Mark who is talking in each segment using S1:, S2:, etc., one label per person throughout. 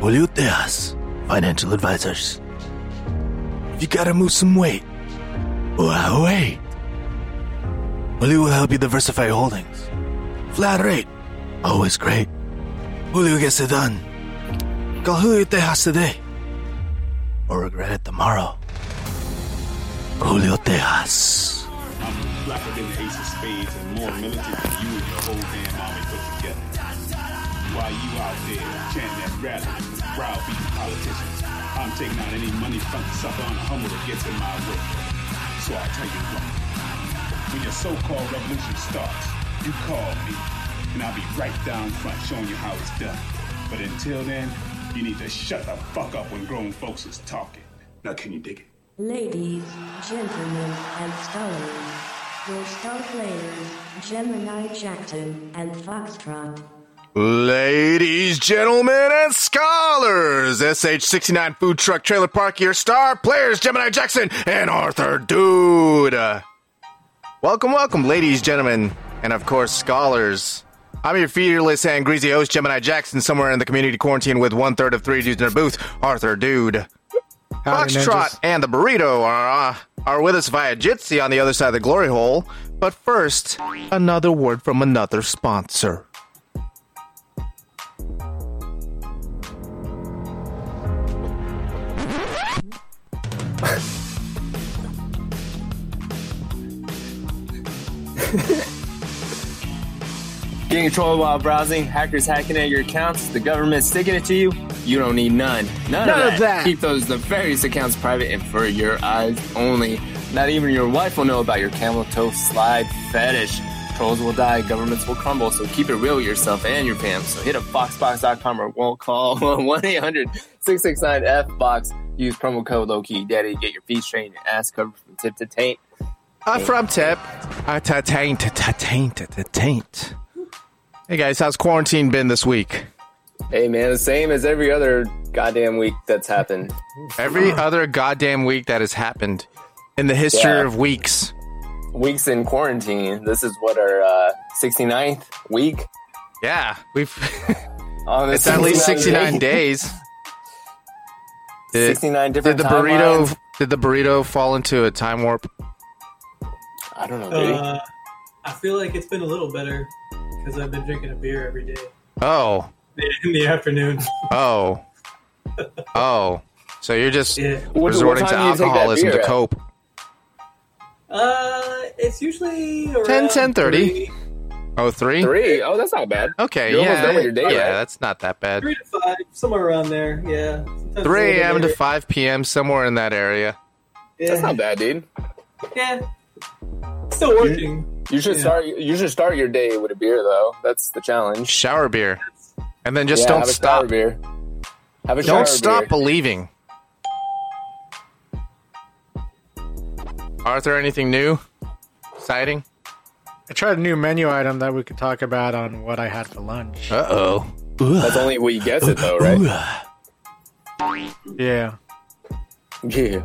S1: Will Theas, financial advisors. If you gotta move some weight, well, wait. Will will help you diversify your holdings. Flat rate, always great. Julio gets it done. Call Julio Tejas today, or regret it tomorrow. Julio Tejas.
S2: I'm blacker than the ace of spades and more militant than you and your whole damn army put together. While you out there chanting that rally, browbeating politicians, I'm taking out any money funk sucker on humble that gets in my way. So I tell you what, when your so-called revolution starts, you call me, and I'll be right down front showing you how it's done. But until then, you need to shut the fuck up when grown folks is talking. Now can you dig it?
S3: Ladies, gentlemen, and scholars, your star players, Gemini Jackson and Foxtrot.
S4: Ladies, gentlemen, and scholars, SH69 Food Truck Trailer Park, your star players, Gemini Jackson and Arthur Dude. Welcome, welcome, ladies, gentlemen, and of course, scholars. I'm your fearless and greasy host, Gemini Jackson, somewhere in the community quarantine with one third of three dudes in their booth, Arthur Dude.
S5: Howdy,
S4: Foxtrot
S5: ninjas.
S4: and the burrito are, uh, are with us via Jitsi on the other side of the glory hole. But first, another word from another sponsor.
S6: Getting control while browsing, hackers hacking at your accounts, the government sticking it to you, you don't need none. None,
S5: None of that.
S6: Keep those the various accounts private and for your eyes only. Not even your wife will know about your camel toe slide fetish. Trolls will die, governments will crumble, so keep it real with yourself and your fam. So hit up foxbox.com or won't call 1-800-669-FBOX. Use promo code LOWKEY DADDY to get your feet straightened and ass covered from tip to taint.
S4: I'm from Tip. I ta taint, ta taint, ta taint. Hey guys, how's quarantine been this week?
S6: Hey man, the same as every other goddamn week that's happened.
S4: Every other goddamn week that has happened in the history
S6: Yeah.
S4: of weeks.
S6: weeks in quarantine. This is what our uh, 69th week.
S4: Yeah, we've
S6: On
S4: it's at least 69 Oh, days. Did,
S6: 69
S4: did
S6: different
S4: the burrito did the burrito fall into a time warp?
S6: I don't know, dude.
S7: Uh, I feel like it's been a little better because I've been drinking a beer every day
S4: Oh.
S7: in the afternoon.
S4: Oh. Oh. So you're just
S7: Yeah.
S6: What-
S4: resorting
S6: what
S4: to
S6: time do you take that
S4: alcoholism
S6: beer
S4: to
S6: at?
S4: cope.
S7: Uh, it's usually around
S4: 10, 10:30.
S7: three-
S4: Oh, three?
S6: Three. Oh, that's not bad.
S4: Okay,
S6: You're
S4: yeah.
S6: almost done with your day,
S4: yeah,
S6: right?
S4: that's not that bad.
S7: three to five, somewhere around there. Yeah, Sometimes
S4: 3
S7: a little
S4: a.m. to
S7: later.
S4: 5 p.m. somewhere in that area.
S7: Yeah,
S6: That's not bad, dude.
S7: yeah. Still working.
S6: You should
S7: Yeah.
S6: start. You should start your day with a beer, though. That's the challenge.
S4: Shower beer, and then just
S6: Yeah,
S4: don't
S6: have a sour
S4: stop.
S6: Beer. Have a sour
S4: Don't stop
S6: Beer.
S4: believing. Arthur, anything new? Exciting?
S5: I tried a new menu item that we could talk about on what I had for lunch.
S4: Uh oh.
S6: That's only what you gets it, though, right?
S5: Yeah.
S6: Yeah.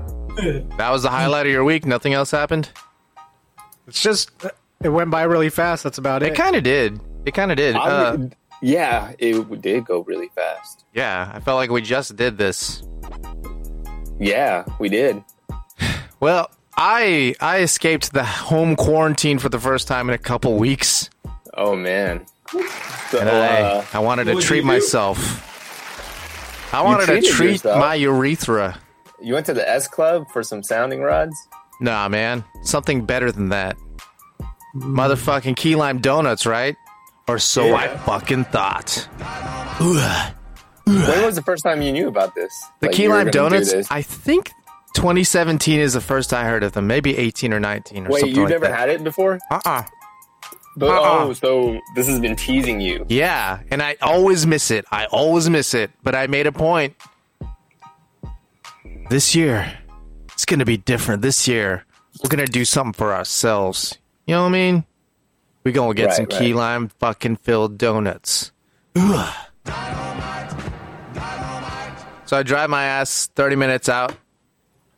S4: That was the highlight of your week. Nothing else happened.
S5: It's just, it went by really fast. That's about
S4: It
S5: it.
S4: kind of did. It kind of did. Uh,
S6: I'm- yeah, it did go really fast.
S4: yeah, I felt like we just did this.
S6: Yeah, we did.
S4: Well, I I escaped the home quarantine for the first time in a couple weeks,
S6: Oh man. So,
S4: and I
S6: uh,
S4: I wanted to
S7: what'd
S4: treat
S7: you do?
S4: myself. I wanted to
S6: treated
S4: treat
S6: yourself.
S4: my urethra.
S6: you went to the S Club for some sounding rods.
S4: Nah, man. Something better than that. Motherfucking key lime donuts, right? Or so I fucking thought.
S6: When was the first time you knew about this?
S4: The
S6: Like,
S4: key
S6: you were
S4: lime
S6: gonna do
S4: donuts,
S6: this?
S4: I think 2017 is the first I heard of them. Maybe 18 or 19 or
S6: Wait,
S4: something
S6: you
S4: like
S6: never
S4: that.
S6: had it before?
S4: uh-uh.
S6: But,
S4: Uh-uh.
S6: Oh, so this has been teasing you.
S4: Yeah, and I always miss it. I always miss it, but I made a point. This year, it's going to be different. This year, we're going to do something for ourselves. You know what I mean? We're going to get
S6: Right,
S4: some
S6: right.
S4: key lime fucking filled donuts. so I drive my ass 30 minutes out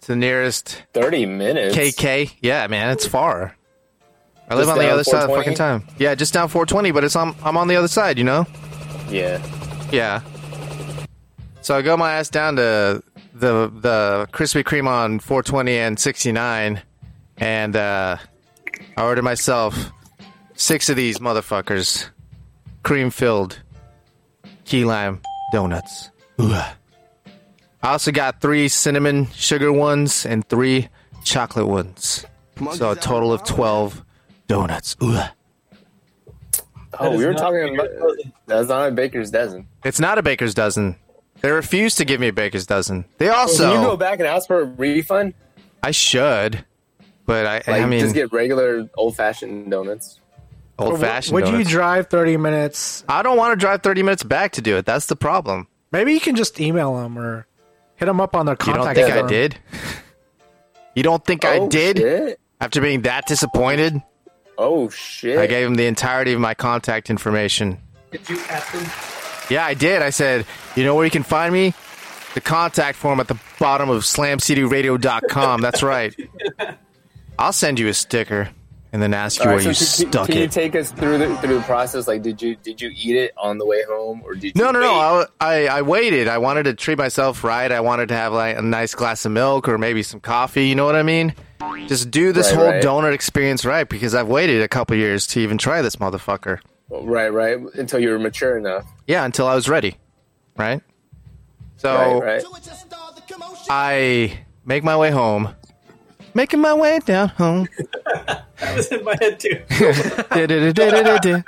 S4: to the nearest
S6: Thirty minutes.
S4: KK. Yeah, man, it's far. I live on the
S6: down
S4: other side of fucking
S6: 420?
S4: time. Yeah, just down 420, but it's on, I'm on the other side, you know?
S6: Yeah.
S4: Yeah. So I go my ass down to the the Krispy Kreme on 420 and 69, and uh, I order myself six of these motherfuckers, cream filled key lime donuts. Ooh. I also got three cinnamon sugar ones and three chocolate ones. So a total of 12 donuts. Ooh.
S6: Oh,
S7: is
S6: we were
S7: not
S6: talking
S7: Baker's
S6: about
S7: dozen.
S6: that's not a baker's dozen.
S4: It's not a baker's dozen. They refuse to give me a baker's dozen. They also.
S6: Can you go back and ask for a refund?
S4: I should, but I,
S6: Like,
S4: I mean,
S6: just get regular old fashioned donuts.
S4: old
S5: Would-
S4: fashioned.
S5: Would you
S4: donuts.
S5: drive 30 minutes?
S4: I don't want to drive 30 minutes back to do it. That's the problem.
S5: Maybe you can just email them or hit them up on their
S4: You
S5: contact
S4: don't think I
S5: form.
S4: did? You don't think I
S6: Oh,
S4: did?
S6: shit.
S4: After being that disappointed,
S6: Oh shit!
S4: I gave him the entirety of my contact information.
S7: Did you ask them?
S4: Yeah, I did. I said, you know where you can find me? The contact form at the bottom of slamcityradio.com. That's right. I'll send you a sticker and then ask you
S6: All right,
S4: where
S6: so
S4: you
S6: can-
S4: stuck
S6: can
S4: it.
S6: you take us through the through the process? Like, did you did you eat it on the way home, or did you
S4: No, no,
S6: wait?
S4: no. I, I I waited. I wanted to treat myself right. I wanted to have like a nice glass of milk or maybe some coffee. You know what I mean? Just do this
S6: Right,
S4: whole
S6: right.
S4: donut experience right because I've waited a couple years to even try this motherfucker.
S6: Right, right. Until you were mature enough.
S4: Yeah, until I was ready. Right? So
S6: Right, right.
S4: I make my way home. Making my way down home.
S7: That was in my head too.
S4: Du-du-du-du-du-du.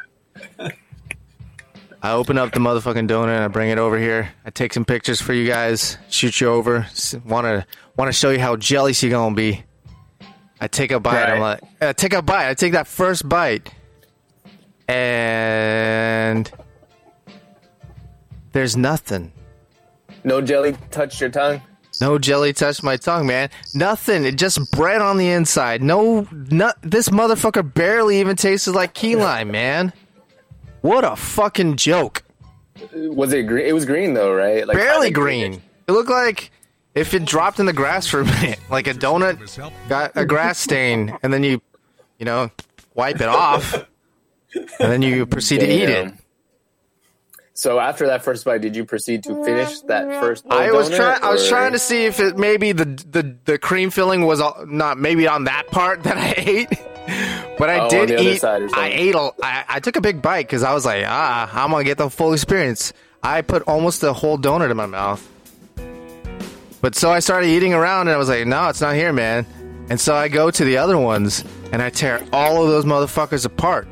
S4: I open up the motherfucking donut and I bring it over here. I take some pictures for you guys. Shoot you over. Want to want to show you how jelly she gonna be. I take a bite. I'm
S6: Right.
S4: like, I take a bite. I take that first bite, and there's nothing.
S6: No jelly touched your tongue.
S4: No jelly touched my tongue, man. Nothing. It just bread on the inside. No, no this motherfucker barely even tasted like key lime, man. What a fucking joke.
S6: Was it green? It was green though, right? Like
S4: Barely
S6: kinda
S4: green. It looked like if it dropped in the grass for a minute, like a donut got a grass stain, and then you, you know, wipe it off, and then you proceed to eat it.
S6: Damn. So after that first bite, did you proceed to finish that first?
S4: I was
S6: donut,
S4: trying. I was
S6: or-
S4: trying to see if it maybe the the, the cream filling was all, not maybe on that part that I ate, but I
S6: Oh, on
S4: did
S6: the other
S4: eat.
S6: side or
S4: I
S6: something.
S4: ate. A, I, I took a big bite because I was like, ah, I'm gonna get the full experience. I put almost the whole donut in my mouth, but so I started eating around and I was like, no, it's not here, man. And so I go to the other ones and I tear all of those motherfuckers apart.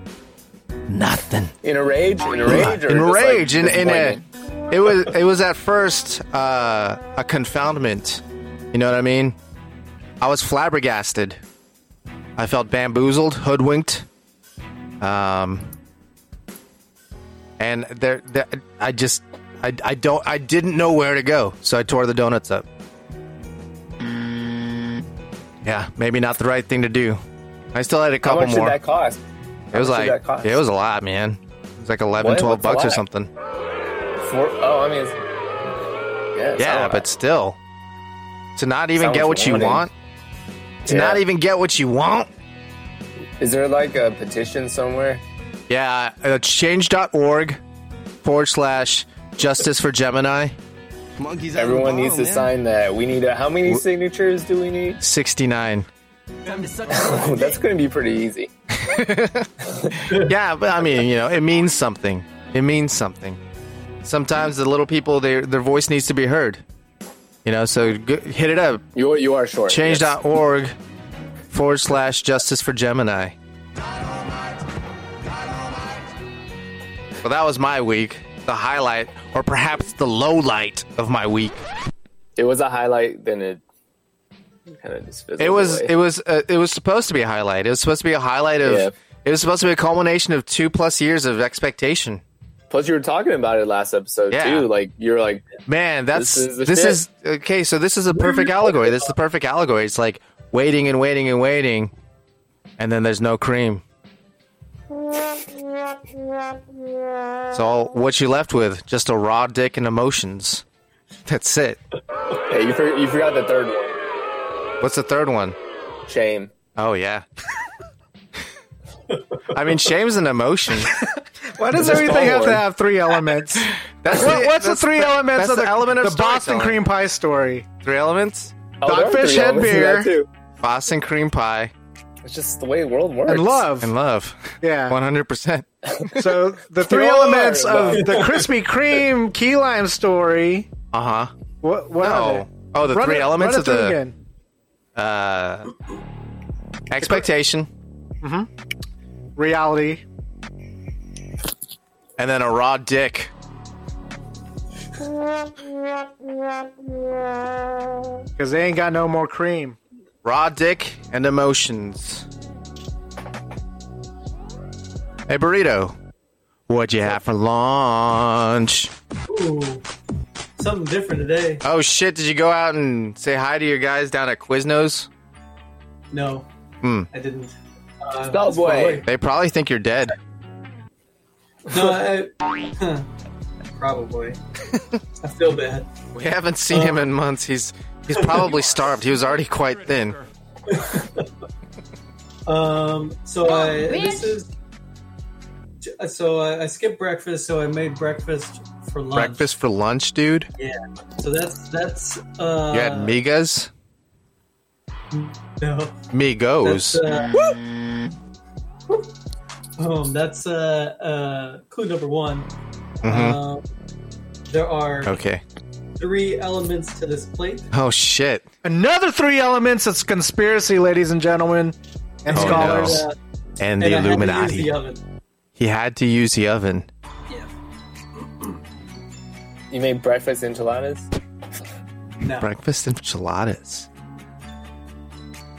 S4: Nothing
S6: in a rage, in a rage, or
S4: in
S6: just, like,
S4: rage in, in a,
S6: disappointment?
S4: it was it was at first uh, a confoundment you know what i mean i was flabbergasted i felt bamboozled hoodwinked um and there, there i just I, I don't i didn't know where to go so i tore the donuts up
S6: Mm.
S4: yeah maybe not the right thing to do i still had a
S6: How
S4: couple
S6: much
S4: more
S6: did that cost?
S4: it was
S6: much did
S4: like
S6: that cost?
S4: it was a lot, man. It was like 11,
S6: What?
S4: 12
S6: What's a
S4: bucks or
S6: lot?
S4: something.
S6: Four, oh, I mean, it's, yeah, it's
S4: yeah,
S6: not-
S4: but still, to not even
S6: Sounds
S4: get what you
S6: wanted.
S4: want, to
S6: Yeah.
S4: not even get what you want.
S6: is there like a petition somewhere?
S4: Yeah, uh, change.org forward slash justice for Gemini
S6: Everyone needs to sign that. We need a, how many signatures do we need?
S4: 69.
S6: Oh, that's going to be pretty easy.
S4: Yeah, but I mean, you know, it means something. It means something. Sometimes the little people, their their voice needs to be heard. You know, so go, hit it up.
S6: You you are short. Yes.
S4: Change.org forward slash justice for Gemini. Well, that was my week. The highlight, or perhaps the low light of my week.
S6: It was a highlight. Then it kind of just fizzled
S4: It was.
S6: away.
S4: It was. Uh, it was supposed to be a highlight. It was supposed to be a highlight of.
S6: Yeah.
S4: It was supposed to be a culmination of two plus years of expectation.
S6: Plus, you were talking about it last episode
S4: Yeah.
S6: too. Like you're like,
S4: Man, that's
S6: This is
S4: this,
S6: the
S4: is,
S6: shit.
S4: okay. So this is a perfect allegory. This is the perfect allegory. It's like waiting and waiting and waiting, and then there's no cream. So all, what you left with just a raw dick and emotions. That's it.
S6: hey, you, for, you forgot the third one.
S4: What's the third one?
S6: Shame.
S4: Oh yeah. I mean, shame's an emotion.
S5: Why does
S6: Just
S5: everything have to
S6: forward.
S5: have three elements?
S4: That's
S5: What, what's the
S4: that's
S5: three elements
S4: that's
S5: of the,
S4: element of
S5: the Boston
S4: storytelling.
S5: cream pie story?
S4: Three elements:
S6: Oh, there are
S5: Dogfish
S6: three
S5: head
S6: elements to that,
S5: beer.
S6: too.
S4: Boston cream pie
S6: It's just the way the world works.
S5: And love.
S4: and love.
S5: Yeah.
S4: one hundred percent.
S5: So the three
S6: Sure,
S5: elements of
S6: love.
S5: the Krispy Kreme key lime story.
S4: Uh huh.
S5: What? what are
S4: No.
S5: they?
S4: Oh, the
S5: Run
S4: three
S5: it-
S4: elements
S5: run it
S4: of
S5: through
S4: the
S5: again.
S4: uh, expectation,
S5: reality.
S4: and then a raw dick.
S5: Because they ain't got no more cream.
S4: Raw dick and emotions. Hey, burrito. What'd you have for lunch?
S7: Ooh, something different today.
S4: Oh shit! Did you go out and say hi to your guys down at Quiznos?
S7: No,
S4: Hmm.
S7: I didn't. Uh,
S6: Stop,
S7: it's far
S6: boy.
S7: away.
S4: They probably think you're dead.
S7: No, I, huh, probably. I feel bad.
S4: We haven't seen him in months. He's he's probably starved. He was already quite thin.
S7: Um, so I this
S8: bitch.
S7: is so I, I skipped breakfast, so I made breakfast for lunch.
S4: Breakfast for lunch, dude.
S7: So that's that's uh,
S4: You had migas,
S7: No, that's
S4: migos.
S7: uh, um, that's uh, uh, clue number one.
S4: Mhm.
S7: Um, there are
S4: Okay.
S7: three elements to this plate.
S4: Oh shit.
S5: Another three elements. It's conspiracy, ladies and gentlemen, and
S4: Oh,
S5: scholars.
S4: no.
S7: Uh,
S4: And
S7: and
S4: the
S7: I had to use
S4: Illuminati.
S7: the oven.
S4: He had to use the oven.
S6: You made breakfast enchiladas?
S7: No,
S4: Breakfast enchiladas.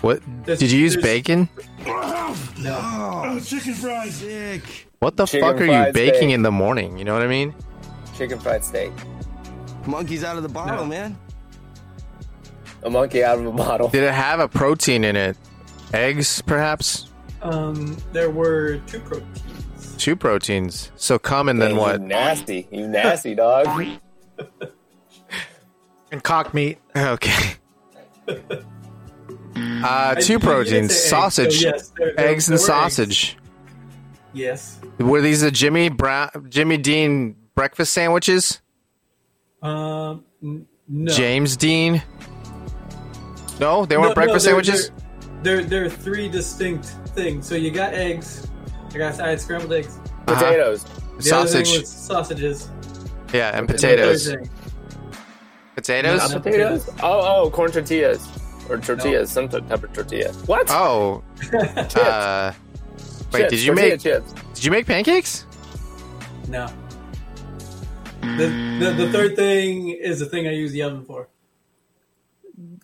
S4: What
S7: There's-
S4: did you use
S7: there's-
S4: bacon?
S7: no.
S4: What the
S6: Chicken
S4: fuck are you
S6: fried
S4: baking
S6: steak.
S4: in the morning? You know what I mean?
S6: Chicken fried steak.
S9: Monkey's out of the bottle,
S7: No.
S9: man.
S6: A monkey out of a bottle.
S4: Did it have a protein in it? Eggs, perhaps?
S7: Um, there were two proteins.
S4: Two proteins. So come and then
S6: Dang,
S4: what? Uh-huh.
S6: You nasty. You nasty, dog.
S5: and cock meat.
S4: Okay. Uh,
S7: I-
S4: two
S7: you did
S4: proteins,
S7: say eggs,
S4: sausage,
S7: so yes, there- there-
S4: eggs
S7: there
S4: and
S7: were
S4: sausage.
S7: Yes.
S4: Were these the Jimmy Brown, Jimmy Dean breakfast sandwiches?
S7: Um, n- no.
S4: James Dean? No, they
S7: No,
S4: weren't
S7: no,
S4: breakfast
S7: there-
S4: sandwiches.
S7: There, there, there are three distinct things. So you got eggs. I got I had scrambled eggs.
S6: Potatoes.
S7: The Other
S4: Sausage,
S7: thing was sausages. and
S4: yeah, and
S7: the third
S4: potatoes.
S7: thing-
S4: Potatoes.
S7: No.
S6: Potatoes? Oh, oh, corn tortillas. Or tortillas, some type of tortilla. What?
S4: Oh. uh, wait,
S6: Chips,
S4: did you
S6: tortilla
S4: make
S6: chips?
S4: did you make pancakes?
S7: No.
S6: Mm.
S7: The, the, the third thing is the thing I use the oven for.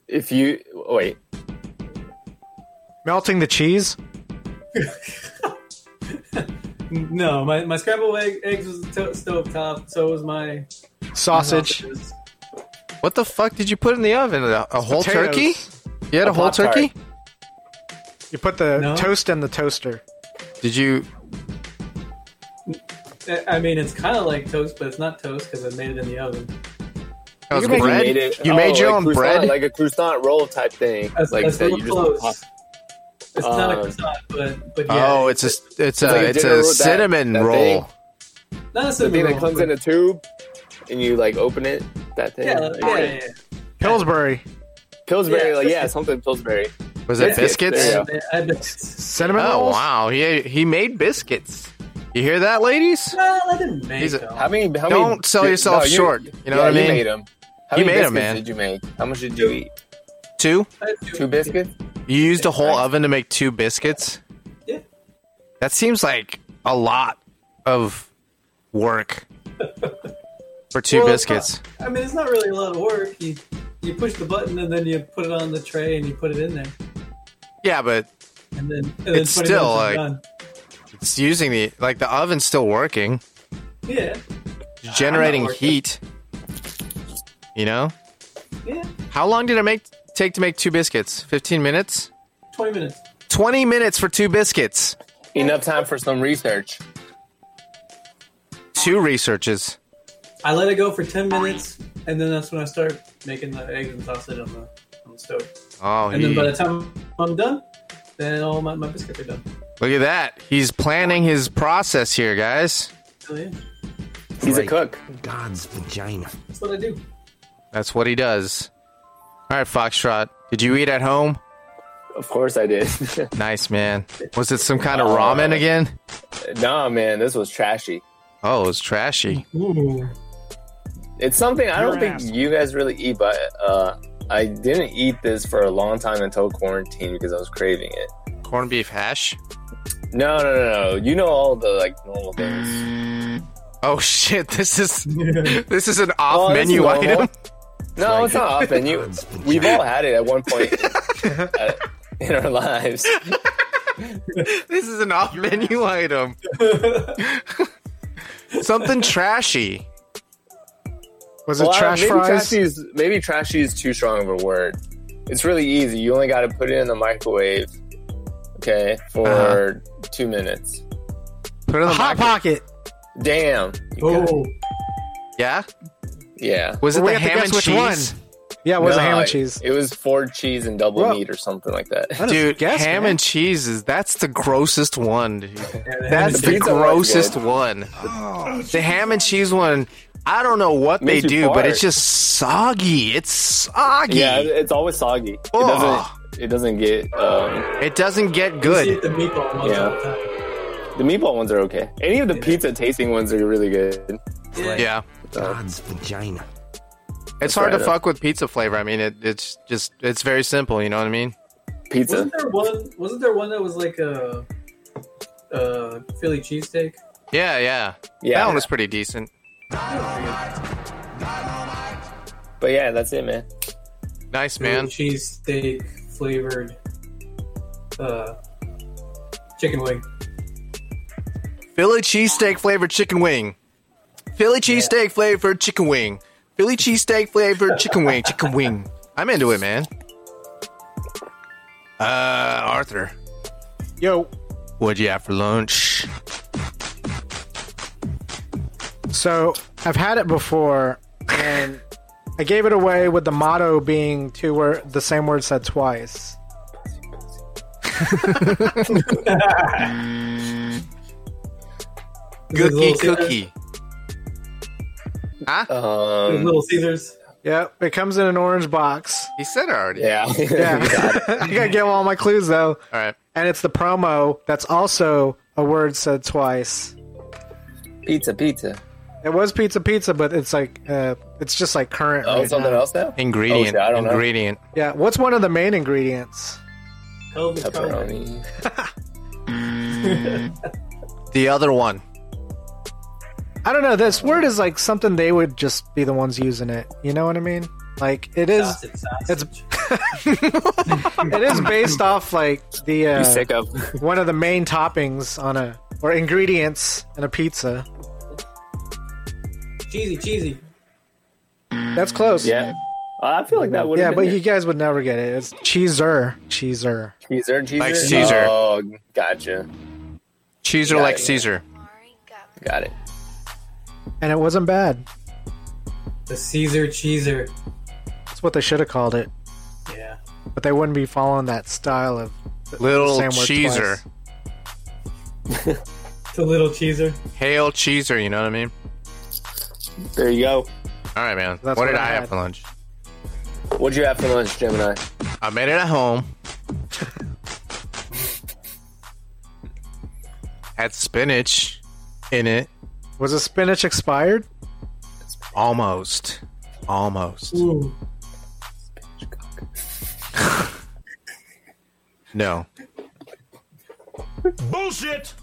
S6: If you wait,
S5: Melting the cheese.
S7: No, my, my scrambled egg, eggs was to- stove top, so was my
S5: Sausage.
S7: sausages.
S4: What the fuck did you put in the oven? A, a whole
S5: Potatoes.
S4: turkey? You had a,
S6: A
S4: whole
S6: Pop-Tart.
S4: turkey?
S5: You put the
S7: No.
S5: toast in the toaster.
S4: Did you
S7: I- I mean, it's kind of like toast, but it's not toast because I made it in the oven.
S4: that was
S6: you made-
S4: bread?
S6: you made, it-
S4: you
S6: oh,
S4: made your
S6: like
S4: own
S6: croissant,
S4: bread?
S6: like a croissant roll type thing.
S7: That's,
S6: like
S7: that's
S6: that
S7: real
S6: you
S7: close.
S6: just
S7: it's not a
S6: Um,
S7: croissant, but, but yeah.
S4: oh, it's a it's, a
S6: like a
S4: it's
S6: dinner
S4: a
S6: roll, that-
S4: cinnamon
S6: that
S4: roll.
S6: thing.
S7: not a
S6: the
S7: cinnamon
S6: thing that
S7: roll,
S6: comes
S7: but-
S6: in a tube and you like open it. That thing.
S7: yeah,
S6: Like,
S7: yeah, yeah, yeah.
S5: Pillsbury.
S6: Pillsbury,
S7: Yeah.
S6: like yeah, something Pillsbury.
S4: Was it
S6: Biscuits.
S4: biscuits?
S6: Yeah.
S7: I- I bet-
S5: Cinnamon
S4: Oh
S5: rolls.
S4: wow, he he made biscuits. You hear that, ladies?
S7: Well, I didn't make
S4: He's a-
S7: them.
S6: How many? How
S4: Don't
S6: many,
S4: sell
S6: no,
S4: yourself short, you know
S6: yeah,
S4: what I mean?
S6: You made them. How
S4: You
S6: many
S4: made 'em,
S6: biscuits
S4: man.
S6: Did you make? How much did you eat?
S4: Two?
S7: I do-
S6: Two biscuits.
S4: You used a whole oven to make two biscuits?
S7: Yeah.
S4: That seems like a lot of work for two
S7: Well, it's
S4: biscuits.
S7: not- I mean, it's not really a lot of work. You you push the button and then you put it on the tray and you put it in there,
S4: Yeah, but
S7: and then and then
S4: It's
S7: 20
S4: still,
S7: minutes is
S4: like-
S7: done.
S4: it's using the like the oven's still working,
S7: yeah,
S4: generating
S7: working.
S4: heat. You know?
S7: yeah,
S4: How long did it make take to make two biscuits? 15 minutes?
S7: twenty minutes.
S4: 20 minutes for two biscuits.
S6: Enough time for some research.
S4: Two researches.
S7: I let it go for ten minutes, and then that's when I start making the eggs and sausage on the on the stove.
S4: Oh,
S7: And
S4: he-
S7: then by the time I'm done, then all my, my biscuits are done.
S4: look at that. He's planning his process here, guys.
S7: Oh, yeah.
S6: He's
S8: like
S6: a cook.
S8: God's vagina.
S7: That's what I do.
S4: That's what he does. All right, Foxtrot. Did you eat at home?
S6: Of course I did.
S4: Nice, man. Was it some kind of ramen again?
S6: nah, man, this was trashy.
S4: Oh, it was trashy.
S7: Ooh.
S6: It's something I don't
S10: Your
S6: think
S10: ass.
S6: you guys really eat, but uh, I didn't eat this for a long time until quarantine because I was craving it.
S4: Corned beef hash.
S6: No, no, no, no. You know all the like normal things.
S4: Oh shit! This is this is an off
S6: Oh, this is
S4: menu
S6: normal.
S4: item.
S6: No, it's not often. You,
S8: God's vagina.
S6: we've all had it at one point uh, in our lives.
S4: This is an off menu item. Something trashy.
S5: Was
S6: Well,
S5: it
S6: I-
S5: trash
S6: maybe
S5: fries?
S6: Trashy is, maybe trashy is too strong of a word. It's really easy. You only got to put it in the microwave, okay, for two minutes.
S4: Put it in the
S5: Hot
S4: micro-
S5: pocket.
S6: Damn. You got it.
S7: Oh.
S4: Yeah.
S6: Yeah.
S4: Was it
S5: Well, we
S4: the
S5: have to
S4: ham
S5: guess
S4: and
S5: which
S4: cheese?
S5: Yeah, it was a ham
S6: No,
S5: and cheese.
S6: It, it was four cheese and double
S5: Well-
S6: meat or something like that.
S5: Let us
S4: Dude,
S5: guess,
S4: ham
S5: man.
S4: and cheese is that's the grossest one. Dude. That's
S6: and
S4: the
S6: cheese are
S4: grossest
S6: good.
S4: one. The ham and cheese one. I don't know what they
S6: Makes you
S4: do, but
S6: fart.
S4: it's just soggy. It's soggy.
S6: Yeah, it- it's always soggy. It
S4: Oh.
S6: doesn't. It doesn't get. Um,
S4: It doesn't get
S7: See if
S4: good.
S7: the meatball ones
S6: Yeah.
S7: all the time.
S6: the meatball ones are okay. Any of the pizza tasting ones are really good.
S4: Yeah.
S8: God's vagina.
S4: It's hard to
S6: right.
S4: fuck with pizza flavor. I mean, it, it's just it's very simple. You know what I mean?
S6: Pizza.
S7: Wasn't there one? Wasn't there one that was like a, a Philly cheesesteak?
S4: Yeah, yeah.
S6: Yeah.
S4: That one was pretty decent.
S6: But yeah, that's it, man.
S4: Nice,
S7: Philly
S4: man.
S7: cheesesteak flavored uh, chicken wing.
S4: Philly cheesesteak flavored chicken wing. Philly cheesesteak flavored chicken wing. Philly cheesesteak flavored chicken wing. Chicken wing. I'm into it, man. Uh, Arthur,
S5: Yo,
S4: what'd you have for lunch?
S5: so I've had it before, and I gave it away with the motto being two word, the same word said twice.
S7: Is it
S4: Cookie,
S7: Little Caesars?
S4: cookie.
S7: Is it
S6: Um,
S7: Little Caesars.
S5: Yep, it comes in an orange box.
S4: He said it already.
S6: yeah.
S5: Yeah, I gotta give all my clues though,
S4: All right.
S5: and it's the promo that's also a word said twice.
S6: pizza, pizza.
S5: It was pizza pizza, but it's like uh, it's just like current.
S6: Oh,
S5: right
S6: something
S5: now.
S6: else now?
S4: Ingredient.
S6: Oh, shit, I don't know.
S4: ingredient.
S5: Yeah, what's one of the main ingredients?
S7: Elvis Cowboy.
S6: Pepperoni.
S4: The other one.
S5: I don't know. This word is like something they would just be the ones using it. You know what I mean? Like it is.
S7: Sausage, sausage.
S5: It is based off like the
S6: You
S5: uh,
S6: sick of?
S5: one of the main toppings on a or ingredients in a pizza.
S7: cheesy, cheesy.
S5: That's close.
S6: Yeah. Uh, I feel like that would.
S5: Yeah,
S6: have
S5: but
S6: been
S5: you guys would never get it. It's cheeser, cheeser.
S6: it. Caesar, Caesar.
S4: Like Caesar.
S6: Oh, gotcha.
S4: Cheeser
S6: Yeah,
S4: like
S6: yeah.
S4: Caesar.
S6: Got it.
S5: And it wasn't bad.
S7: The Caesar cheeser.
S5: That's what they should have called it.
S7: Yeah.
S5: But they wouldn't be following that style of
S4: Little
S5: same word
S4: Cheeser.
S5: twice.
S7: The Little Cheeser.
S4: Hail Cheeser. You know what I mean?
S6: There you go.
S4: All right, man.
S5: That's
S4: what
S5: what
S4: did
S5: I
S4: I have
S5: had.
S4: for lunch?
S6: What'd you have for lunch, Gemini?
S4: I made it at home. had spinach in it.
S5: Was the spinach expired?
S4: Almost. Almost.
S7: Ooh.
S4: No.
S10: Bullshit.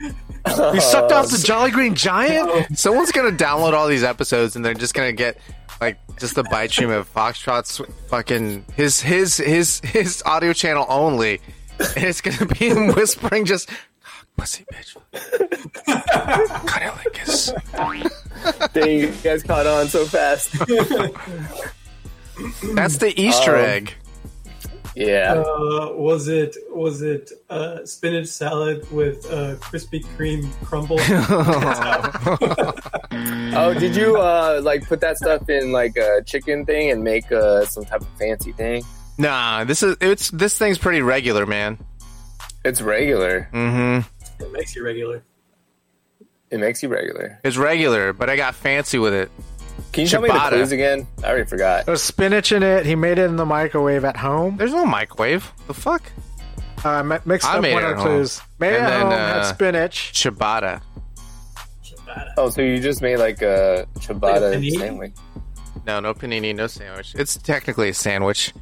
S5: You sucked off the Jolly Green Giant?
S4: Someone's gonna download all these episodes and they're just gonna get like just the bite stream of Foxtrot's fucking his his his his audio channel only. And it's gonna be him whispering just "Cock pussy bitch. Cut it like this.
S6: Dang, you guys caught on so fast.
S4: That's the Easter
S6: Um,
S4: egg.
S6: Yeah.
S7: Uh, was it was it uh, spinach salad with uh, Krispy Kreme crumble?
S6: Oh, did you uh like put that stuff in like a chicken thing and make uh some type of fancy thing?
S4: Nah, this is it's this thing's pretty regular, man. Mm.
S6: It's regular.
S7: it makes you regular.
S6: It makes you regular.
S4: It's regular, but I got fancy with it.
S6: Can you show me the
S4: Ciabatta.
S6: clues again? I already forgot.
S5: There's spinach in it. He made it in the microwave at home.
S4: There's no microwave. The fuck?
S5: Uh, mi- mixed
S4: I
S5: up
S4: made
S5: one
S4: it
S5: of
S4: at
S5: the clues.
S4: home.
S5: Made it
S4: And
S5: at
S4: then,
S5: home had
S4: uh,
S5: spinach.
S4: Ciabatta.
S6: Oh, so you just made like a ciabatta
S7: Like a panini?
S6: sandwich?
S4: No, no panini, no sandwich. It's technically a sandwich.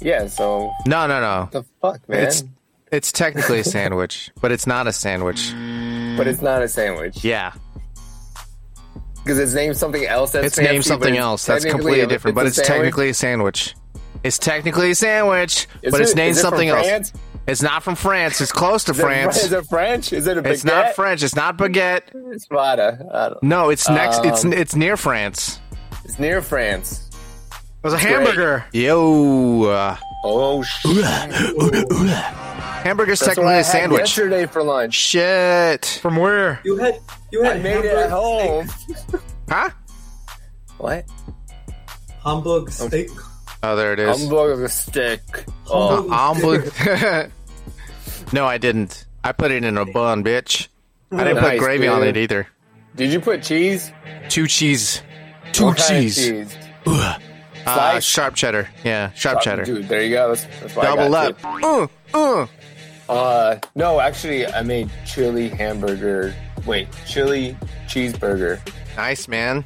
S6: Yeah. So
S4: No, no, no.
S6: the fuck, man.
S4: It's it's technically a sandwich, but it's not a sandwich.
S6: Mm. but it's not a sandwich
S4: Yeah.
S6: because it's named something else. That's
S4: It's
S6: fancy,
S4: named
S6: but
S4: something
S6: it's
S4: else. That's
S6: technically-
S4: completely different, but
S6: a
S4: it's
S6: sandwich.
S4: technically a sandwich. It's technically a sandwich,
S6: Is
S4: but
S6: it-
S4: it's named
S6: is it from
S4: something
S6: France?
S4: else. It's not from France. It's close to
S6: Is it Fr-
S4: France.
S6: Is it French? Is it a
S4: it's
S6: baguette?
S4: not French. It's not baguette.
S6: It's Fada. I don't.
S4: No, it's next. it's
S6: Um,
S4: it's near France.
S6: It's near France.
S5: It was a hamburger.
S4: Yo, uh,
S6: Oh shit!
S4: hamburger's
S6: That's what
S4: technically
S6: I
S4: a
S6: had
S4: sandwich.
S6: yesterday for lunch.
S4: Shit.
S5: From where?
S7: You had you had
S6: I made it at home.
S4: Huh?
S6: What?
S7: Hamburg steak.
S4: Oh, there it is.
S6: Hamburger stick. Oh,
S4: Omelet. no, I didn't. I put it in a bun, bitch. I didn't
S6: Nice,
S4: put gravy on
S6: dude.
S4: it either.
S6: did you put cheese?
S4: Two cheese. Two
S6: What kind of
S4: cheese.
S6: cheese?
S4: Uh,
S6: Slice?
S4: sharp cheddar. Yeah, sharp cheddar.
S6: Dude, there you go. That's, that's what I
S4: Double up.
S6: got,
S4: Uh, uh.
S6: too. Uh, no, actually, I made chili hamburger. Wait, chili cheeseburger.
S4: Nice, man.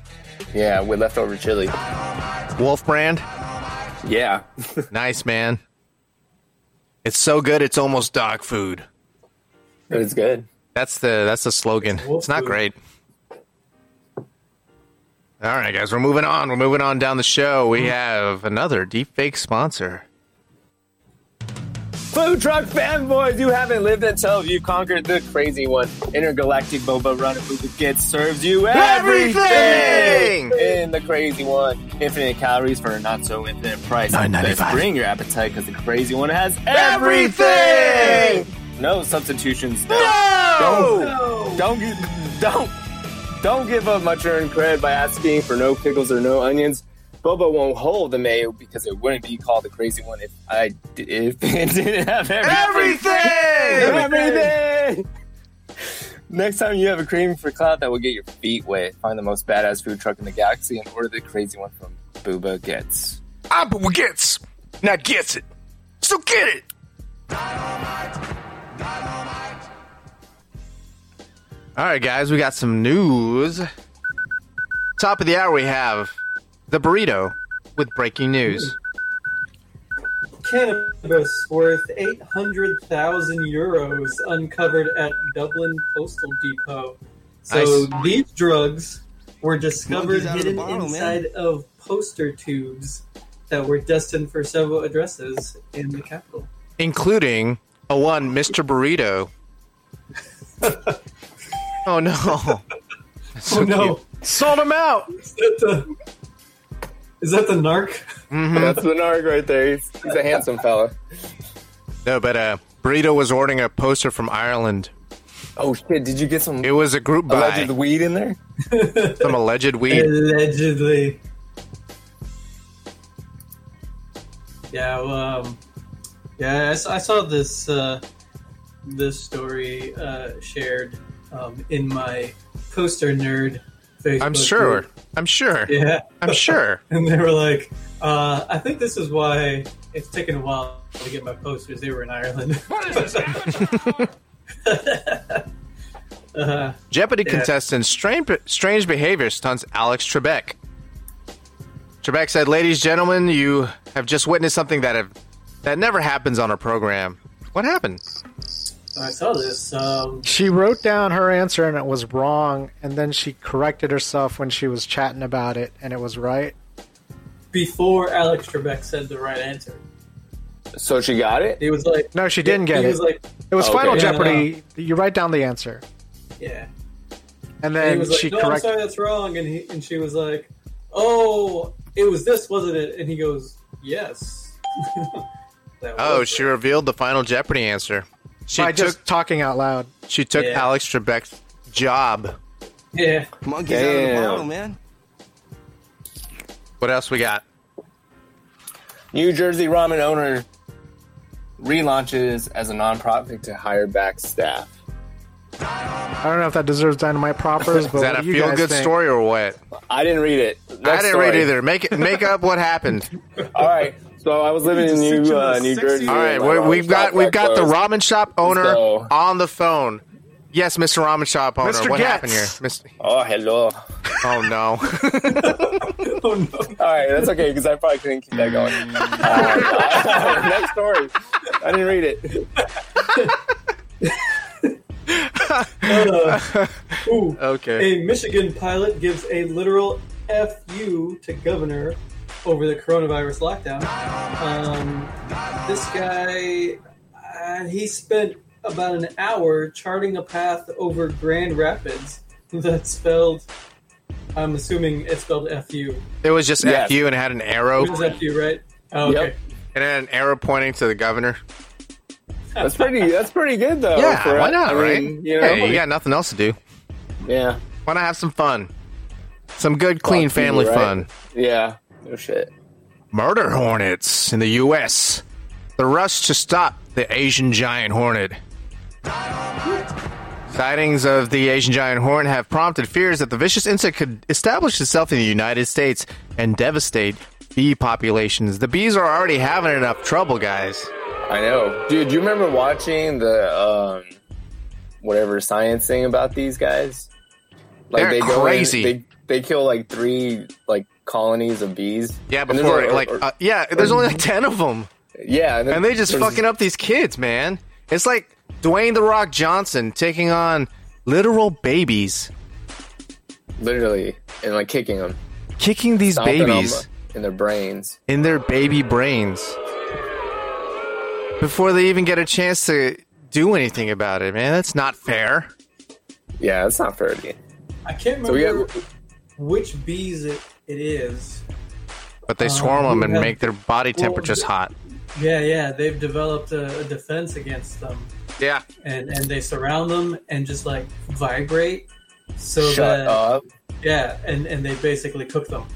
S6: Yeah, with leftover chili.
S4: Wolf brand.
S6: Yeah.
S4: Nice, man. It's so good, it's almost dog food.
S6: It was good.
S4: That's the that's the slogan.
S7: Wolf
S4: It's not
S7: food.
S4: great. All right, guys, we're moving on. We're moving on down the show. We
S6: Hmm.
S4: have another deep fake sponsor.
S6: Food truck fanboys, you haven't lived until you've conquered the crazy one. Intergalactic boba running food that gets serves you everything
S4: Everything!
S6: in the crazy one. Infinite calories for a not so infinite price.
S1: $9.95.
S6: Best Bring your appetite because the crazy one has everything.
S4: Everything!
S6: No substitutions. No.
S4: No!
S6: Don't gi- don't don't give up much earned credit by asking for no pickles or no onions. Boba won't hold the mayo because it wouldn't be called the crazy one if I d- if it didn't have everything.
S4: Everything!
S6: Everything. Next time you have a craving for clout that will get your feet wet, find the most badass food truck in the galaxy and order the crazy one from Booba Gets.
S4: Apple gets, not gets it. So get it. All right, guys, we got some news. Top of the hour, we have the burrito with breaking news.
S7: Cannabis worth 800,000 euros uncovered at Dublin Postal Depot. So these drugs were discovered
S9: Monkeys out of the
S7: hidden
S9: bottle, man.
S7: inside of poster tubes that were destined for several addresses in the capital.
S4: including a one Mr. Burrito. oh no.
S7: oh no!
S5: Sold him out.
S7: Is that the, is that the narc?
S6: That's the narc right there. He's, he's a handsome fella.
S4: No, but uh Burrito was ordering a poster from Ireland.
S6: Oh shit! Did you get some
S4: It was a group buy,
S6: alleged weed in there?
S4: some alleged weed.
S7: Allegedly. Yeah, well, um, yeah. I s- I saw, this uh, this story uh, shared um, in my poster nerd. Facebook
S4: I'm sure.
S7: group.
S4: I'm sure.
S7: Yeah,
S4: I'm sure.
S7: and they were like, uh, "I think this is why it's taken a while to get my posters. They were in Ireland." uh,
S4: Jeopardy
S7: Yeah.
S4: contestant strange, strange behavior stunts Alex Trebek. Trebek said, "Ladies, gentlemen, you have just witnessed something that have, that never happens on our program. What happened?
S7: I saw this. Um,
S5: She wrote down her answer and it was wrong, and then she corrected herself when she was chatting about it, and it was right.
S7: before Alex Trebek said the right answer.
S6: So she got it.
S7: He was like,
S5: No, she didn't get
S7: he
S5: it.
S7: was like,
S5: it was
S4: Oh,
S6: Okay.
S5: Final
S7: Yeah,
S5: Jeopardy. You write down the answer,
S7: yeah.
S5: and
S7: And
S5: then
S7: he was like,
S5: she
S7: no, I'm
S5: corrected.
S7: sorry, that's wrong. And he and she was like, oh, it was this, wasn't it? And he goes, yes. That
S4: Oh,
S7: was
S4: she
S7: it.
S4: revealed the final Jeopardy answer. She
S5: By
S4: took
S5: just talking out loud.
S4: She took
S7: Yeah.
S4: Alex Trebek's job.
S7: Yeah.
S9: Monkeys out of the
S6: Damn.
S9: bottle, man.
S4: What else we got?
S6: New Jersey ramen owner relaunches as a nonprofit to hire back staff.
S5: I don't know if that deserves dynamite propers, but
S4: Is that
S5: what
S4: a
S5: do you
S4: feel
S5: guys
S4: good
S5: think?
S4: story or what?
S6: I didn't read it.
S4: I
S6: Next
S4: didn't read
S6: story.
S4: either. Make it, make up what happened.
S6: All right. So I was living in New uh, New Jersey.
S4: All right,
S6: My
S4: we,
S6: ramen
S4: we've
S6: shop
S4: got we've got the
S6: closed.
S4: ramen shop owner
S6: go.
S4: on the phone. Yes, Mr. Ramen Shop owner.
S5: Mr.
S4: What
S5: Getz.
S4: happened here? Mr.
S6: Oh, hello.
S4: Oh no.
S6: All right, that's okay because I probably couldn't keep that going.
S4: Mm.
S6: Uh, next story. I didn't read it.
S7: Ooh.
S6: Oh.
S4: okay.
S7: A Michigan pilot gives a literal FU to governor over the coronavirus lockdown. Um, this guy, uh, he spent about an hour charting a path over Grand Rapids that spelled, I'm assuming it spelled FU.
S4: It was just
S6: Yes.
S4: FU and it had an
S7: It
S4: arrow
S7: was
S4: and
S7: FU, right? Oh, okay.
S6: Yep.
S4: it had an arrow pointing to the governor.
S6: That's pretty. That's pretty good though. for-
S4: why not,
S6: I
S4: right?
S6: mean, You know,
S4: hey, you got nothing else to do.
S6: yeah,
S4: Why not have some fun? Some good, clean
S6: Fuck you,
S4: family
S6: right?
S4: fun.
S6: yeah. No shit.
S4: Murder hornets in the U.S. The rush to stop the Asian giant hornet. Sightings of the Asian giant hornet have prompted fears that the vicious insect could establish itself in the United States and devastate bee populations. The bees are already having enough trouble, guys.
S6: I know, dude. You remember watching the um, whatever science thing about these guys? Like
S4: They're
S6: they go in-
S4: crazy.
S6: they they kill like three like colonies of bees.
S4: Yeah,
S6: And there's
S4: before
S6: a-
S4: like
S6: or-
S4: uh, yeah, there's only like ten of them,
S6: yeah, then
S4: and they just
S6: there's-
S4: fucking up these kids, man. It's like Dwayne the Rock Johnson taking on literal babies,
S6: literally and like kicking them,
S4: kicking these babies.
S6: in their brains.
S4: in their baby brains before they even get a chance to do anything about it, man. That's not fair.
S6: Yeah, that's not fair to me.
S7: I can't
S6: So we
S7: remember which bees it, it is.
S4: But they swarm
S7: Um,
S4: them and
S7: yeah.
S4: make their body temperatures
S7: the-
S4: hot.
S7: Yeah, yeah. They've developed a, a defense against them.
S4: Yeah.
S7: and and they surround them and just like vibrate so
S6: Shut
S7: that
S6: up.
S7: yeah and and they basically cook them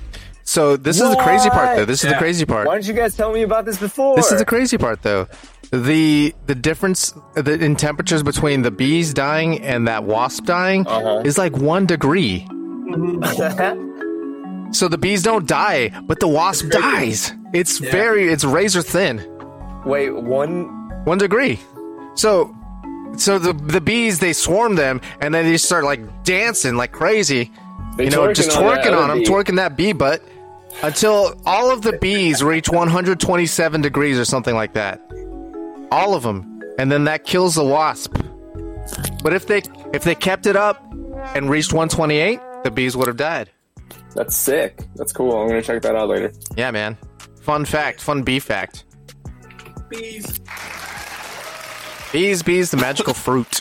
S4: So this is the crazy part, though. This is the
S7: Yeah.
S4: crazy part.
S6: Why didn't you guys tell me about this before?
S4: This is the crazy part, though. The the difference the, in temperatures between the bees dying and that wasp dying
S6: Uh-huh.
S4: is like one degree. So the bees don't die, but the wasp dies. It's very it's razor thin.
S6: Wait, one.
S4: one degree. So, so the the bees they swarm them, and then they just start like dancing like crazy.
S6: They
S4: you know,
S6: twerking
S4: just
S6: on that
S4: twerking
S6: other
S4: on them,
S6: bee.
S4: twerking that bee butt until all of the bees reach 127 degrees or something like that. All of them, and then that kills the wasp. But if they if they kept it up and reached 128, the bees would have died.
S6: That's sick. That's cool. I'm gonna check that out later.
S4: Yeah, man. Fun fact, fun bee fact.
S7: bees
S4: Bees, bees, the magical fruit.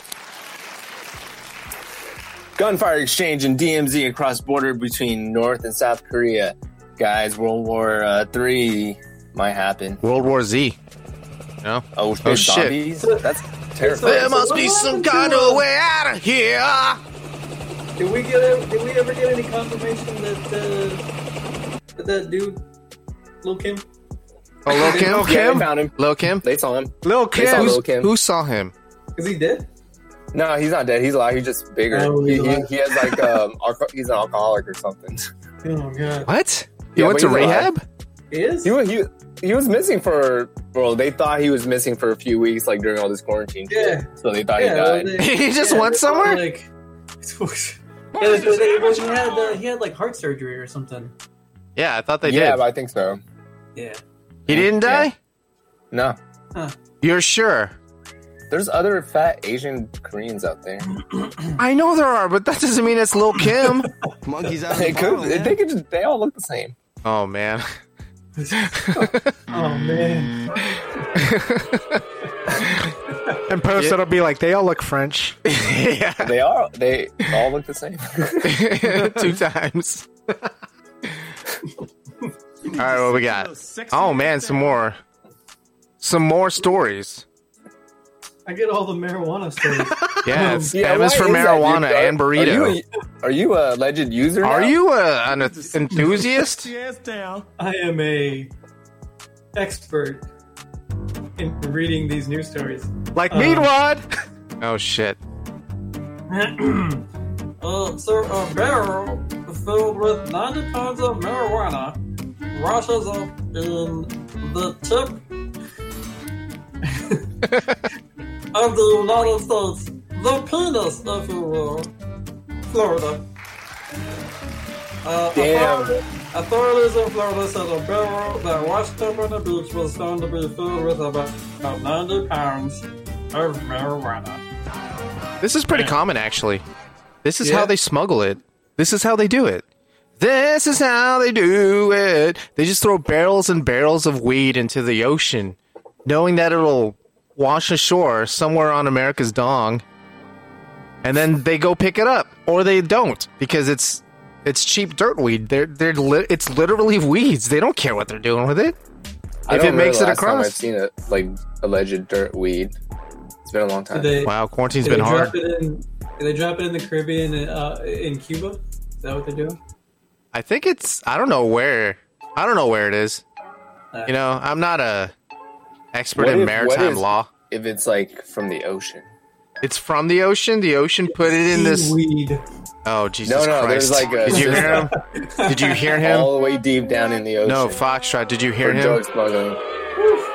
S6: Gunfire exchange in DMZ across border between North and South Korea. Guys, World War uh, Three might happen.
S4: World War Z. No.
S6: Oh,
S4: Oh,
S6: shit.
S4: shit.
S6: zombies? That's
S4: There
S6: terrifying.
S4: must be some kind of way out of here.
S7: did we get a, did we ever get any confirmation that uh, that, that dude Lil Kim
S4: Oh, Lil Kim.
S6: Yeah, they found him.
S4: Lil Kim.
S6: They saw him.
S5: Lil
S6: They saw
S5: Kim,
S6: Lil Kim.
S4: Who saw him?
S7: is he dead
S6: No, he's not dead. He's alive. He's just bigger.
S7: Oh,
S6: he,
S7: he's
S6: he,
S7: alive.
S6: he has like um, alco- he's an alcoholic or something.
S7: oh god
S4: What? He
S6: Yeah,
S4: went
S6: but
S4: to
S6: he's alive.
S4: rehab.
S7: he is
S6: He was he, he was missing for well, they thought he was missing for a few weeks, like during all this quarantine. shit.
S7: Yeah.
S6: So they thought
S7: yeah,
S6: he died.
S7: well,
S4: He just went
S7: they-
S4: somewhere?
S7: like Yeah, that's what they- but he had uh, he had like heart surgery or something
S4: Yeah, I thought they
S6: yeah,
S4: did.
S6: but I think so.
S7: yeah
S4: he didn't die.
S6: Yeah. No,
S4: You're sure?
S6: there's other fat Asian Koreans out there.
S4: I know there are, but that doesn't mean it's Lil Kim.
S9: Monkeys out of the
S6: They could.
S9: bottle, man.
S6: they could. Just, they all look the same.
S4: oh man.
S7: oh man
S5: and post it'll be like they all look French.
S4: yeah.
S6: They are. They all look the same.
S4: Two times. All right, what we got? Oh man, some more, some more stories.
S7: I get all the marijuana stories
S4: Yeah, it's
S6: Yeah,
S4: M is
S6: why
S4: for
S6: is that,
S4: marijuana
S6: dude? Are-
S4: and burrito.
S6: Are you, a, are you a alleged user?
S4: Are
S6: now?
S4: you uh, an enthusiast?
S7: I am a expert in reading these news stories.
S4: like
S7: Um,
S4: meanwhile. Oh shit!
S7: uh, so a barrel filled with 90 pounds of marijuana washes up in the tip of the United States, the penis, if you will, Florida. Uh,
S6: Damn.
S7: authority- Authorities in Florida said a barrel that washed up on the beach was found to be filled with about, about 90 pounds of marijuana.
S4: This is pretty common, actually. This is
S7: Yeah.
S4: how they smuggle it. This is how they do it. This is how they do it. They just throw barrels and barrels of weed into the ocean, knowing that it'll wash ashore somewhere on America's dong. And then they go pick it up, or they don't because it's it's cheap dirt weed. They're they're li- it's literally weeds. They don't care what they're doing with it.
S6: I
S4: If
S6: don't
S4: it makes
S6: remember
S4: it
S6: the last time
S4: across.
S6: I've seen it like alleged dirt weed. It's been a long time.
S7: Did they,
S4: Wow, quarantine's
S7: did
S4: been
S7: they
S4: hard.
S7: Drop it in, did they drop it in the Caribbean uh, in Cuba? Is that what they're doing?
S4: I think it's I don't know where I don't know where it is.
S7: Uh,
S4: You know, I'm not a expert
S6: What
S4: in
S6: if- what
S4: maritime
S6: is-
S4: law.
S6: If it's like from the ocean.
S4: It's from the ocean. The ocean put it in this.
S7: weed.
S4: Oh Jesus
S6: No, no, there's
S4: Christ!
S6: like a-
S4: Did you hear him? Did you hear him?
S6: All the way deep down in the ocean.
S4: No, Foxtrot. Did you
S6: for
S4: hear him?
S6: drug smuggling.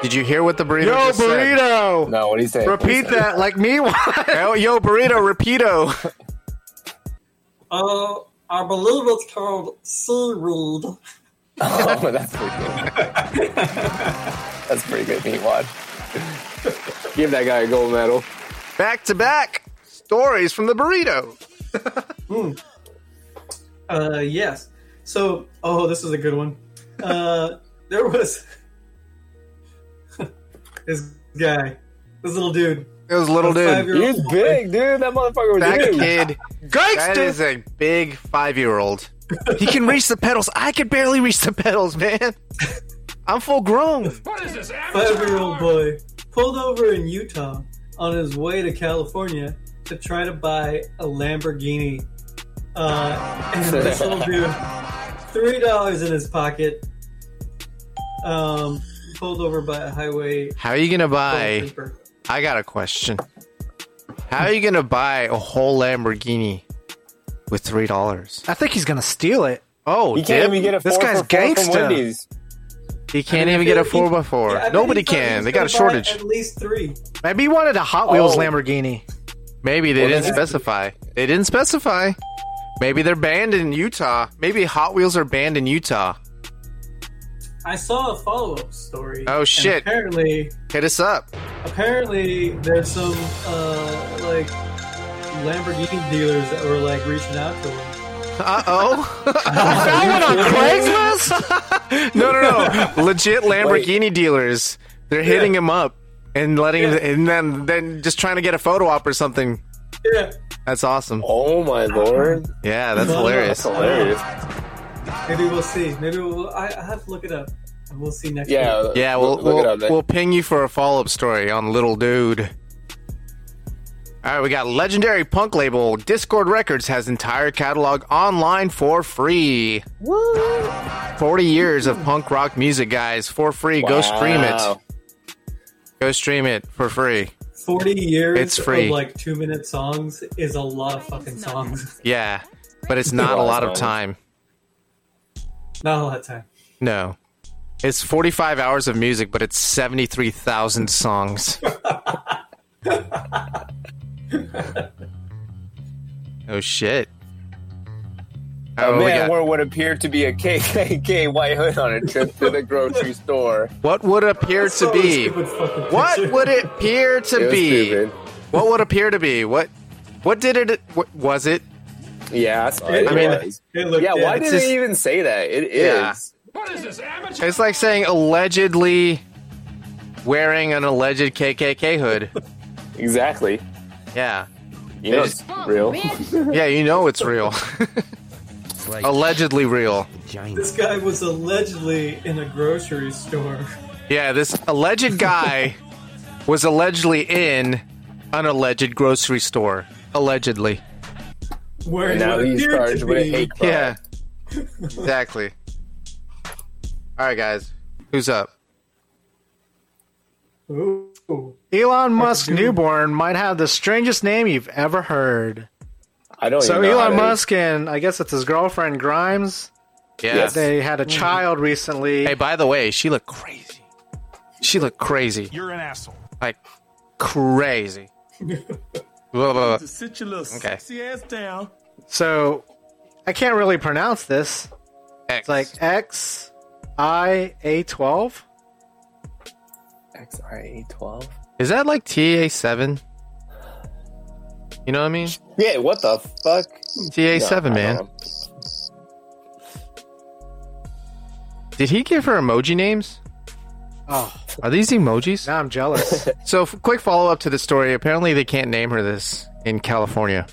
S4: Did you hear what the burrito?
S5: Yo,
S4: just said?
S5: burrito.
S6: No, what do you say?
S5: Repeat that like me.
S4: Yo, yo, burrito, repeato.
S7: Uh, I believe it's called seaweed.
S6: Oh, that's pretty good. that's pretty good meat wad. Give that guy a gold medal.
S4: Back to back stories from the burrito.
S7: Uh, yes. So, oh, this is a good one. Uh, there was this guy, this little dude,
S4: It was a little dude.
S7: Five-year-old
S6: He's big, dude. That motherfucker was
S4: That
S6: huge.
S4: kid. That is a big five-year-old. He can reach the pedals. I can barely reach the pedals, man. I'm full grown.
S7: five-year-old boy pulled over in Utah on his way to California to try to buy a Lamborghini. Uh, and this little dude, three dollars in his pocket, um, pulled over by a highway
S4: How are you gonna buy?
S7: trooper.
S4: I got a question. How are you gonna buy a whole Lamborghini with three dollars?
S5: I think he's gonna steal it.
S4: Oh,
S6: He can't
S4: dip?
S6: even get a
S5: This
S6: four
S5: guy's
S6: for four from
S5: gangsta.
S6: Wendy's.
S4: he can't
S7: I
S4: even
S7: feel
S4: get a
S7: like he-
S4: four by four.
S7: Yeah, I bet
S4: Nobody
S7: he thought he
S4: can.
S7: was
S4: They got a
S7: gonna buy
S4: shortage.
S7: At least three.
S5: Maybe he wanted a Hot Wheels
S6: Oh.
S5: Lamborghini.
S4: Maybe they didn't
S6: that's-
S4: specify. They didn't specify. Maybe they're banned in Utah. Maybe Hot Wheels are banned in Utah.
S7: I saw a follow-up story.
S4: Oh,
S7: and
S4: shit.
S7: Apparently,
S4: Hit us up.
S7: apparently, there's some uh, like Lamborghini dealers that were like reaching out to him.
S4: Uh oh. Found one on Craigslist? no, no, no. Legit Lamborghini dealers. They're hitting him up and letting
S7: Yeah.
S4: him, and then then just trying to get a photo op or something.
S7: Yeah,
S4: That's awesome.
S6: Oh my lord,
S4: Yeah, that's
S7: No, no,
S4: hilarious.
S7: that's
S6: hilarious.
S7: maybe we'll see. Maybe we'll. I, I have to look it up, and we'll see next.
S6: Yeah,
S7: week.
S4: Yeah,
S6: we'll
S4: we'll
S6: look it
S4: we'll,
S6: up. man.
S4: we'll ping you for a follow up story on Little Dude. All right, we got legendary punk label Discord Records has entire catalog online for free. Woo! Forty years of punk rock music, guys, for free. Go stream it.
S6: Wow.
S4: Go stream it for free.
S7: forty years
S4: It's free.
S7: of like two-minute songs is a lot of fucking songs.
S4: Yeah, but it's not a lot of time.
S7: Not a lot of time.
S4: No, it's forty-five hours of music, but it's seventy-three thousand songs. oh shit!
S6: A
S4: Oh, we
S6: man
S4: got-
S6: wore what appeared to be a KKK white hood on a trip to the grocery store.
S4: what would appear to
S7: So
S4: be?
S7: stupid fucking
S4: What
S7: picture.
S4: would it appear
S6: It
S4: to
S6: was
S4: be?
S6: stupid.
S4: What would appear to be? What? What did it? What was it?
S6: Yeah, I saw it.
S7: I
S4: mean,
S6: It was.
S7: it looked-
S6: yeah,
S7: yeah,
S6: why
S7: it's
S6: did
S7: just-
S6: they even say that? It is.
S4: Yeah. It's like saying allegedly wearing an alleged KKK hood.
S6: Exactly.
S4: Yeah.
S6: You know, it's real.
S4: Yeah, you know it's real.
S8: It's like
S4: Allegedly real.
S8: vagina.
S7: This guy was allegedly in a grocery store.
S4: Yeah, this alleged guy was allegedly in an alleged grocery store. Allegedly.
S7: Where
S6: And now
S7: what
S6: he's
S7: appeared to
S6: charged with a
S7: be-
S6: hate crime.
S4: Yeah. exactly. All right, guys. Who's up?
S7: Ooh.
S5: Elon Musk newborn might have the strangest name you've ever heard.
S6: I don't.
S5: So
S6: even know how
S5: Elon
S6: they-
S5: Musk and I guess it's his girlfriend Grimes.
S4: Yeah.
S5: They had a child recently.
S4: Mm-hmm. Hey, by the way, she looked crazy. She looked crazy,
S11: You're an asshole.
S4: like crazy. Blah, blah, blah.
S11: Sit your little
S4: Okay.
S11: sexy ass down.
S5: So I can't really pronounce this.
S4: X.
S5: It's like X I A twelve.
S6: XRA twelve.
S4: Is that like TA seven? You know what I mean?
S6: Yeah, what the fuck?
S4: TA seven,
S6: No, I
S4: man.
S6: don't know.
S4: Did he give her emoji names?
S5: Oh,
S4: Are these emojis?
S5: now I'm jealous.
S4: So, f- quick follow up to this story. Apparently, they can't name her this in California.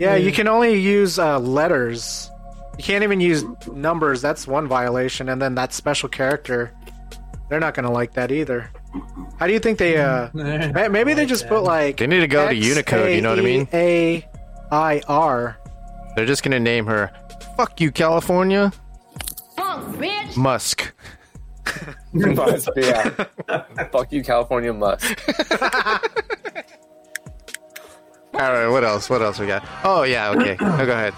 S5: yeah, you can only use uh, letters. You can't even use numbers. That's one violation, and then that special character. They're not gonna like that either. How do you think they? uh ma- Maybe they just put like.
S4: They need to go to Unicode, you know what I mean?
S5: A I R.
S4: They're just going to name her, fuck you, California,
S12: Funk, bitch.
S4: Musk.
S6: Musk, yeah. Fuck you, California Musk.
S4: All right, what else? What else we got? Oh, yeah, okay. Oh, go ahead.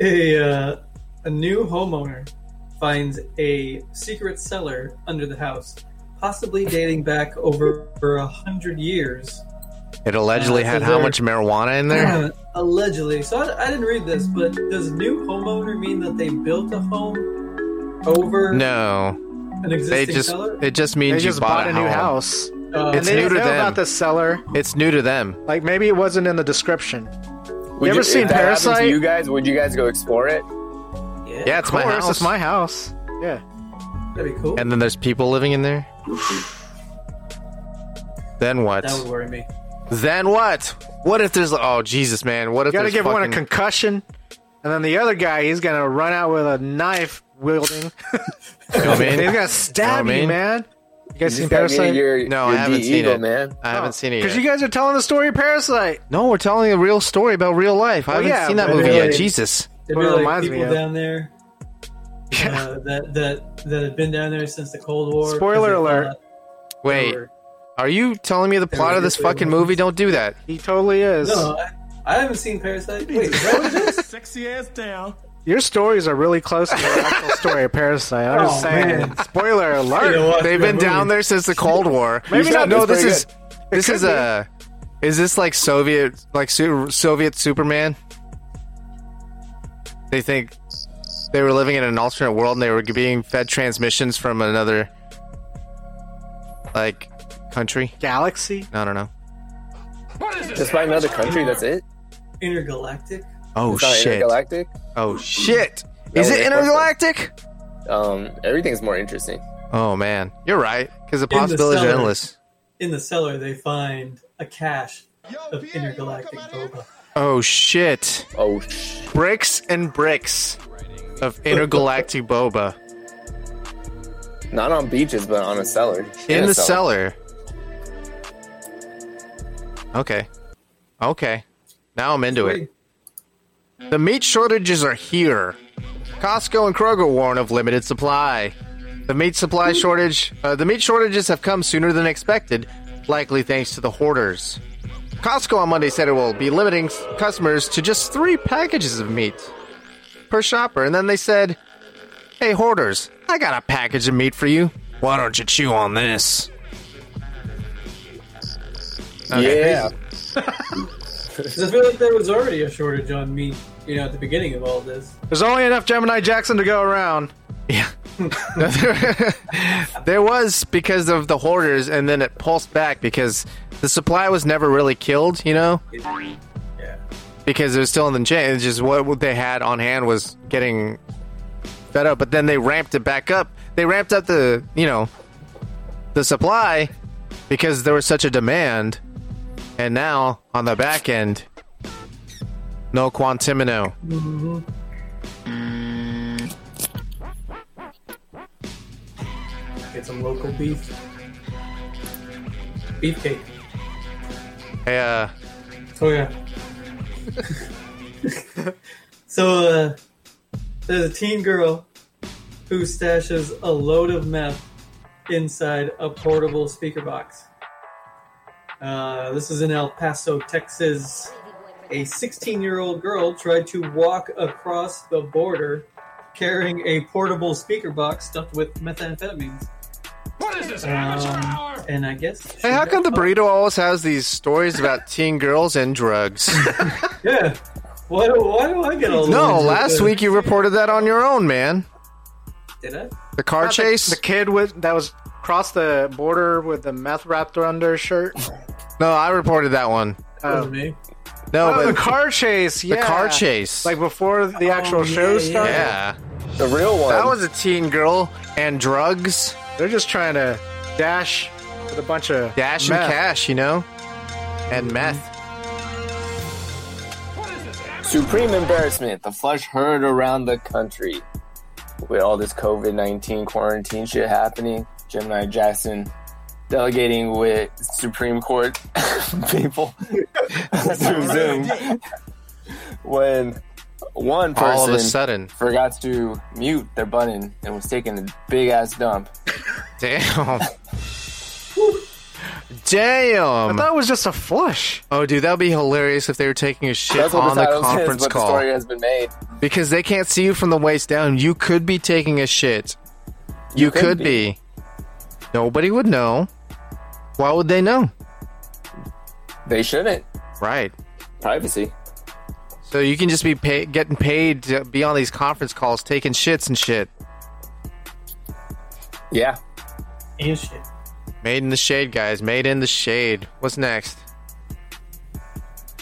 S7: A, uh, a new homeowner finds a secret cellar under the house, possibly dating back over a hundred years.
S4: It allegedly
S7: Uh, so
S4: had how
S7: they're-
S4: much marijuana in there?
S7: Allegedly. So I, I didn't read this, but does new homeowner mean that they built a home over
S4: No,
S7: an
S4: they
S7: existing
S4: just
S7: cellar?
S4: it just
S5: They
S4: means you
S5: just bought, a new
S4: home.
S5: house,
S7: Uh,
S5: and they
S4: new
S5: didn't
S4: to
S5: know
S4: them.
S5: about the seller.
S4: It's new to them.
S5: Like maybe it wasn't in the description.
S6: Would
S5: ever
S6: if
S5: seen
S6: that happened to
S5: Parasite?
S6: You guys, would you guys go explore it?
S4: Yeah, it's my
S5: Of course,
S4: house.
S5: It's my house. Yeah.
S7: That'd be cool.
S4: And then there's people living in there. then what?
S7: that would worry me.
S4: Then what? What if there's oh Jesus man? What if
S5: You gotta
S4: there's
S5: give one a
S4: fucking-
S5: concussion, and then the other guy he's gonna run out with a knife wielding.
S4: You know what I mean?
S5: and he's gonna stab
S4: You know what I
S5: you,
S4: mean?
S5: man. You guys seen
S6: Just gotta be
S5: Parasite?
S6: Your,
S4: No,
S6: your
S4: I haven't
S6: D
S4: seen
S6: Eagle,
S4: it,
S6: man.
S4: I haven't seen it yet.
S5: Because you guys are telling the story of Parasite.
S4: No, we're telling a real story about real life. I
S5: Well,
S4: haven't
S5: yeah,
S4: seen that
S5: but
S4: movie
S7: really-
S4: yet. Jesus.
S7: There'd
S5: What
S7: be
S5: it
S7: like
S5: reminds
S7: people
S5: me of.
S7: down there uh, that that that have been down there since the Cold War. 'cause
S5: Spoiler
S7: they
S5: alert.
S7: thought they
S4: Wait,
S7: were-
S4: are you telling me the plot of this fucking movie? Don't do that.
S5: He totally is.
S7: No, I, I haven't seen Parasite. Wait, what was this?
S11: Sexy ass down.
S5: Your stories are really close to the actual story of Parasite. I'm just
S7: Oh,
S5: saying.
S7: man.
S5: Spoiler alert.
S7: You know what?
S4: They've
S7: That
S4: been
S7: movie.
S4: down there since the Cold War.
S5: Maybe not.
S4: No, this
S5: It's pretty
S4: is this
S5: It
S4: is
S5: could be.
S4: a is this like Soviet like su- Soviet Superman? They think they were living in an alternate world and they were being fed transmissions from another like country.
S5: Galaxy.
S4: I don't know.
S6: Just by another country. That's it.
S7: Intergalactic.
S4: Oh
S6: It's not
S4: shit.
S6: intergalactic.
S4: Oh shit. Is
S6: No,
S4: it
S6: it
S4: intergalactic?
S6: Um, everything's more interesting.
S4: Oh man, you're right because the
S7: the
S4: possibilities are
S7: cellar.
S4: endless.
S7: In the cellar, they find a cache of intergalactic boba.
S4: Oh shit.
S6: Oh, sh-
S4: Bricks and bricks of intergalactic boba.
S6: not on beaches, but on a cellar.
S4: in
S6: a
S4: the cellar. Okay. Okay. Now I'm into it. The meat shortages are here. Costco and Kroger warn of limited supply. The meat supply shortage, uh, the meat shortages have come sooner than expected, likely thanks to the hoarders. Costco on Monday said it will be limiting s- customers to just 3 packages of meat per shopper and then they said, "Hey hoarders, I got a package of meat for you. Why don't you chew on this?"
S6: Yeah.
S7: Because I feel like there was already a shortage on meat, you know, at the beginning of all this.
S5: There's only enough Gemini Jackson to go around.
S4: Yeah. No, there, there was because of the hoarders, and then it pulsed back because the supply was never really killed, you know?
S7: Yeah.
S4: Because it was still in the chain. It's just what they had on hand was getting fed up, but then they ramped it back up. They ramped up the, you know, the supply because there was such a demand. And now, on the back end, no quantimino.
S7: Get some local beef. Beefcake.
S4: Hey, uh,
S7: Oh yeah. so uh, there's a teen girl who stashes a load of meth inside a portable speaker box. Uh, this is in El Paso, Texas, a 16 year old girl tried to walk across the border carrying a portable speaker box stuffed with methamphetamines.
S2: What is this, amateur
S7: Um,
S2: hour?
S7: And I guess.
S4: Hey, how come the burrito always has these stories about teen girls and drugs?
S7: Yeah. Why do, why do I get all
S4: no,
S7: these-
S4: last week you reported that on your own, man.
S7: Did I?
S4: The car
S5: Not the-
S4: chase?
S5: The, kid with that was crossed the border with the meth wrapped around her shirt.
S4: No, I reported that one.
S5: Oh.
S7: me.
S4: No,
S5: Oh,
S4: but
S5: the car chase.
S4: the
S5: Yeah.
S4: car chase.
S5: Like before the actual
S7: Oh,
S5: show started.
S4: yeah.
S6: The real one.
S4: That was a teen girl and drugs.
S5: They're just trying to dash with a bunch of
S4: Dash
S5: meth.
S4: and cash, you know? And meth.
S6: Supreme embarrassment. The flush heard around the country. With all this COVID 19 quarantine shit happening, Gemini Jackson delegating with Supreme Court people through Zoom when one person
S4: All of a sudden.
S6: forgot to mute their button and was taking a big ass dump.
S4: Damn.
S5: I
S4: Damn.
S5: thought it was just a flush.
S4: Oh, dude, that would be hilarious if they were taking a shit
S6: That's what
S4: on
S6: the
S4: the
S6: title
S4: conference
S6: is, but the
S4: call.
S6: story has been made.
S4: Because they can't see you from the waist down. You could be taking a shit. You,
S6: could
S4: could be. Nobody would know. Why would they know?
S6: They shouldn't.
S4: Right.
S6: Privacy.
S4: So you can just be pay- getting paid to be on these conference calls, taking shits and shit.
S6: Yeah.
S7: And shit.
S4: Made in the shade, guys. Made in the shade. What's next?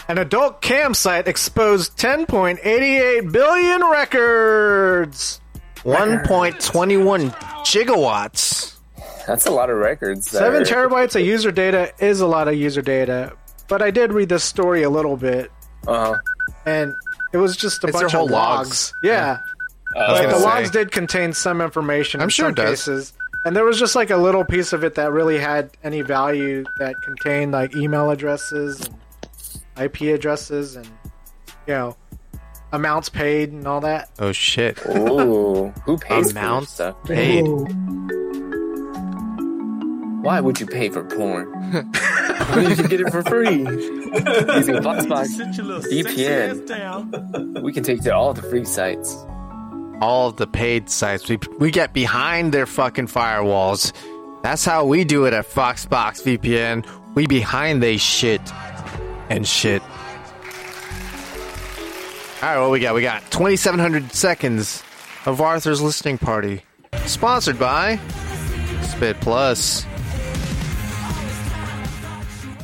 S5: An adult campsite exposed 10.88 billion records.
S4: 1.21 gigawatts.
S6: That's a lot of records. that
S5: Seven
S6: are-
S5: terabytes of user data is a lot of user data, but I did read this story a little bit,
S6: Uh-huh.
S5: and it was just a
S4: It's their
S5: bunch
S4: whole
S5: of
S4: logs.
S5: logs. Yeah,
S6: Uh,
S5: but
S4: gonna
S5: the
S4: say.
S5: logs did contain some information.
S4: I'm
S5: in
S4: sure
S5: some
S4: it does.
S5: Cases, and there was just like a little piece of it that really had any value that contained like email addresses and IP addresses and you know amounts paid and all that.
S4: Oh shit.
S6: Ooh, who pays
S4: Amounts?
S6: for stuff?
S4: Paid.
S6: Why would you pay for porn? you can get it for free. Using Boxbox,
S2: Sit your little sexy ass
S6: VPN,
S2: down.
S6: we can take you to all the free sites.
S4: All of the paid sites. We, we get behind their fucking firewalls. That's how we do it at Foxbox VPN. We behind they shit and shit. All right, what we got? We got 2,700 seconds of Arthur's listening party, sponsored by Spit Plus.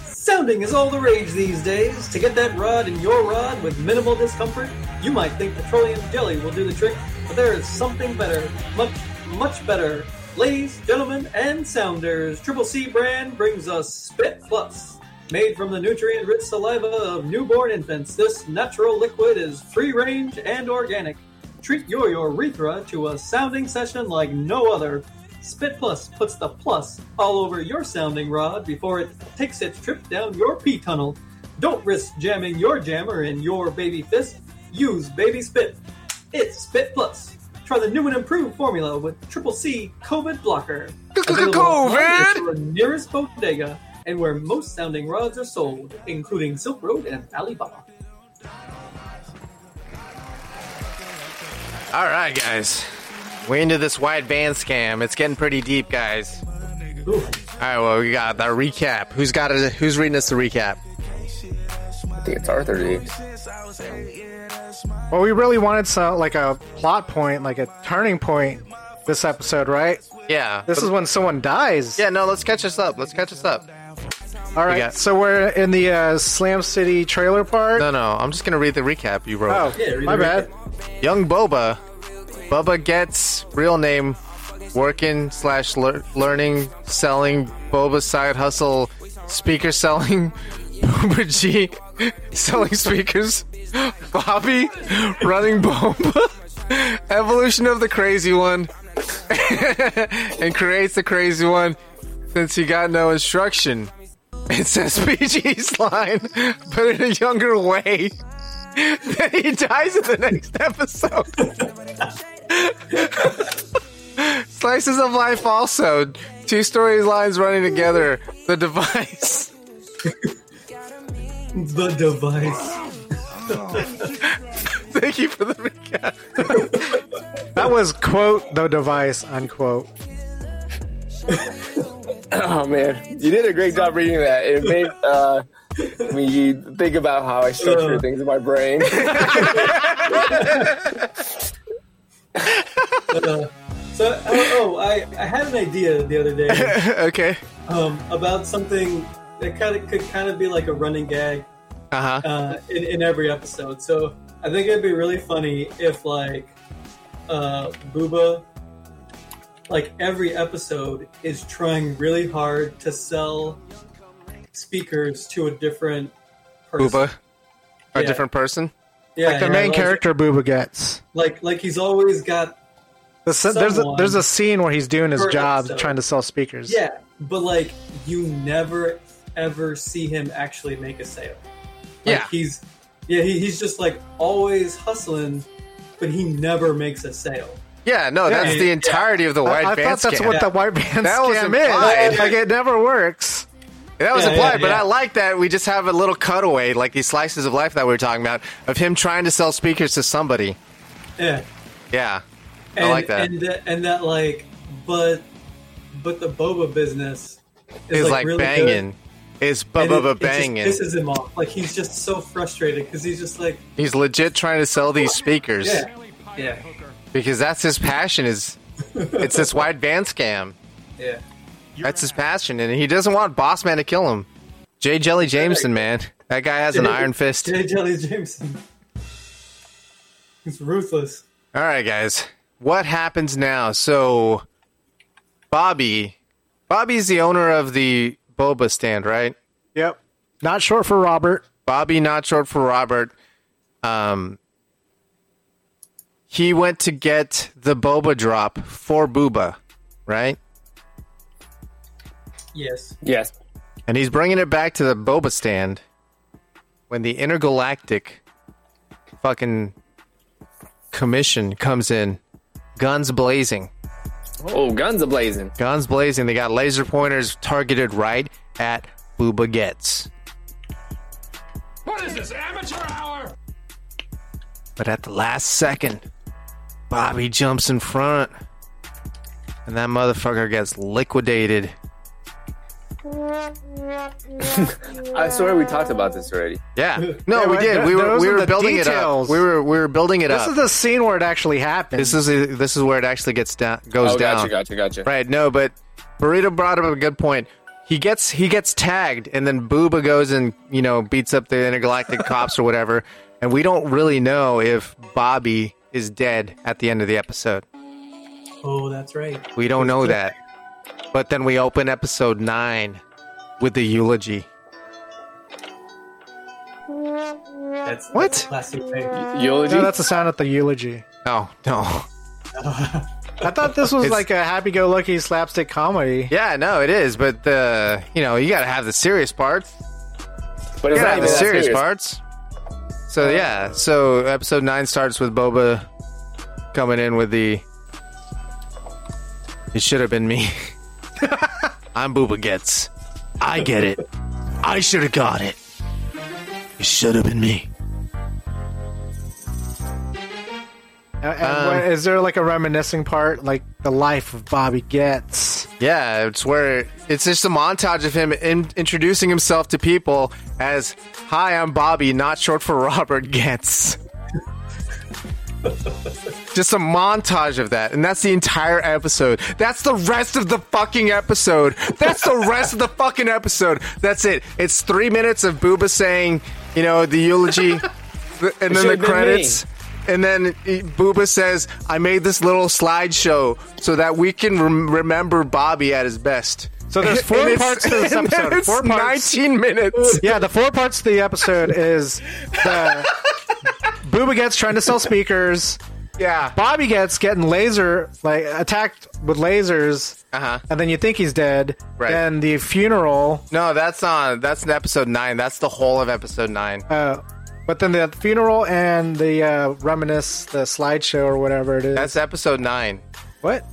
S7: Sounding is all the rage these days. To get that rod in your rod with minimal discomfort, you might think petroleum jelly will do the trick, but there is something better, much, much better. Ladies, gentlemen, and sounders, Triple C brand brings us Spit Plus. Made from the nutrient-rich saliva of newborn infants, this natural liquid is free-range and organic. Treat your urethra to a sounding session like no other. Spit Plus puts the plus all over your sounding rod before it takes its trip down your pee tunnel. Don't risk jamming your jammer in your baby fist. Use Baby Spit. It's Spit Plus. Try the new and improved formula with Triple C COVID Blocker. Available online at your Nearest bodega and where most sounding rods are sold, including Silk Road and Alibaba.
S4: All right, guys. We're into this wide band scam. It's getting pretty deep, guys. All
S7: Ooh,
S4: right, well, we got the recap. Who's got it? Who's reading us the recap?
S6: I think it's Arthur, dude.
S5: Well, we really wanted some like a plot point, like a turning point this episode, right?
S4: Yeah.
S5: This is when someone dies.
S4: Yeah, no, let's catch us up. Let's catch us up.
S5: All right.
S4: got-
S5: So we're in the uh, Slam City trailer park.
S4: No, no, I'm just going to read the recap you wrote.
S5: Oh,
S7: Yeah, read
S5: my
S7: the
S5: bad.
S4: Young Boba. Bubba gets real name, working slash lear- learning, selling, Boba side hustle, speaker selling, Boba G, selling speakers, Bobby, running Boba, evolution of the crazy one, and creates the crazy one since he got no instruction. It says PG's line, but in a younger way. then he dies in the next episode. Slices of life also. Two storylines running together. The device.
S7: the device.
S4: Thank you for the recap.
S5: that was quote the device unquote.
S6: oh man, you did a great job reading that. It made uh, me think about how I structure things in my brain.
S7: Uh, so, oh, oh I, I had an idea the other day
S4: okay.
S7: um, about something that kind of could kind of be like a running gag
S4: Uh huh.
S7: uh, in, in every episode. So I think it'd be really funny if like uh, Booba, like every episode, is trying really hard to sell speakers to a different person.
S4: Booba, a
S7: Yeah.
S4: different person.
S7: yeah,
S5: like the
S7: yeah,
S5: main
S7: like-
S5: character Booba gets.
S7: Like like he's always got
S5: The, se- there's a,
S7: Someone.
S5: there's a scene where he's doing his
S7: Per
S5: job
S7: episode.
S5: trying to sell speakers.
S7: yeah, but like you never ever see him actually make a sale. Like,
S4: Yeah.
S7: he's yeah he, he's just like always hustling, but he never makes a sale.
S4: Yeah, no, that's
S7: Yeah.
S4: the entirety of the
S5: I,
S4: white
S5: I
S4: band
S5: thought that's
S4: scan.
S5: what the white band
S4: That was
S5: scam
S4: implied.
S5: is. Like it never works.
S4: That was
S7: Yeah,
S4: implied,
S7: yeah,
S4: but
S7: yeah.
S4: I like that we just have a little cutaway, like these slices of life that we were talking about, of him trying to sell speakers to somebody.
S7: Yeah.
S4: Yeah,
S7: and,
S4: I like that.
S7: And, that and that like, but but the boba business is
S4: It's
S7: like,
S4: like,
S7: really
S4: banging.
S7: Good.
S4: It's
S7: And it-
S4: bubba
S7: it just
S4: banging.
S7: pisses him off. Like he's just so frustrated because he's just like,
S4: He's legit trying to sell these speakers
S7: yeah, yeah,
S4: because that's his passion. Is it's this wide band scam?
S7: yeah.
S4: That's his passion, and he doesn't want Boss Man to kill him. J. Jelly Jameson, man, that guy has an iron fist.
S7: J. Jelly Jameson. He's ruthless.
S4: All right, guys. What happens now? So, Bobby, Bobby's the owner of the boba stand, right?
S5: Yep. Not short for Robert.
S4: Bobby, not short for Robert. Um, he went to get the boba drop for Booba, right?
S7: Yes.
S6: yes.
S4: And he's bringing it back to the boba stand when the intergalactic fucking commission comes in, guns blazing.
S6: Oh, guns a blazing.
S4: Guns blazing. They got laser pointers targeted right at Booba Gets.
S13: What is this, amateur hour?
S4: But at the last second, Bobby jumps in front. And that motherfucker gets liquidated.
S6: I swear we talked about this already.
S4: Yeah. No,
S5: Yeah,
S4: we
S5: right.
S4: did.
S5: Th-
S4: We were
S5: those
S4: we
S5: are
S4: were
S5: the
S4: building
S5: details.
S4: it up. We were we were building it
S5: This
S4: up.
S5: is the scene where it actually happened.
S4: this is the- this is where it actually gets down goes
S6: oh,
S4: down.
S6: gotcha, gotcha, gotcha.
S4: Right. No, but Burrito brought up a good point. He gets he gets tagged, and then Booba goes and you know beats up the intergalactic cops or whatever. And we don't really know if Bobby is dead at the end of the episode.
S7: Oh, that's right.
S4: We don't know that. But then we open episode nine with the eulogy.
S7: That's that's
S4: What?
S7: a classic thing.
S6: Eulogy?
S5: no, that's the sound of the eulogy.
S4: Oh no.
S5: I thought this was
S4: It's-
S5: like a happy-go-lucky slapstick comedy.
S4: Yeah, no, it is. But the you know you gotta have the serious parts.
S6: but it's
S4: Yeah,
S6: not
S4: the
S6: even that
S4: serious,
S6: serious.
S4: parts. So yeah, so episode nine starts with Boba coming in with the. It should have been me. I'm Booba Gets.
S1: I get it. I should have got it. It should have been me.
S5: And- and
S4: um,
S5: what- is there like a reminiscing part, like the life of Bobby Gets?
S4: Yeah, it's where it's just a montage of him in, introducing himself to people as "Hi, I'm Bobby," not short for Robert Gets. just a montage of that, and that's the entire episode. That's the rest of the fucking episode. That's the rest of the fucking episode. That's it. It's three minutes of Booba saying, you know, the eulogy, th- and then the
S6: should've been
S4: credits. And then eh, Booba says, I made this little slideshow so that we can rem- remember Bobby at his best.
S5: So there's four
S4: And it's-
S5: parts to this
S4: and
S5: episode.
S4: It's
S5: Four parts.
S4: 19 minutes.
S5: Yeah, the four parts of the episode is the Booba Gets trying to sell speakers,
S4: Yeah.
S5: Bobby Gets getting laser like attacked with lasers,
S4: Uh-huh.
S5: and then you think he's dead.
S4: Right.
S5: Then the funeral,
S4: No, that's not. That's in episode 9. That's the whole of episode 9.
S5: uh, but then the funeral and the uh, reminisce, the slideshow or whatever it is.
S4: That's episode 9.
S5: what?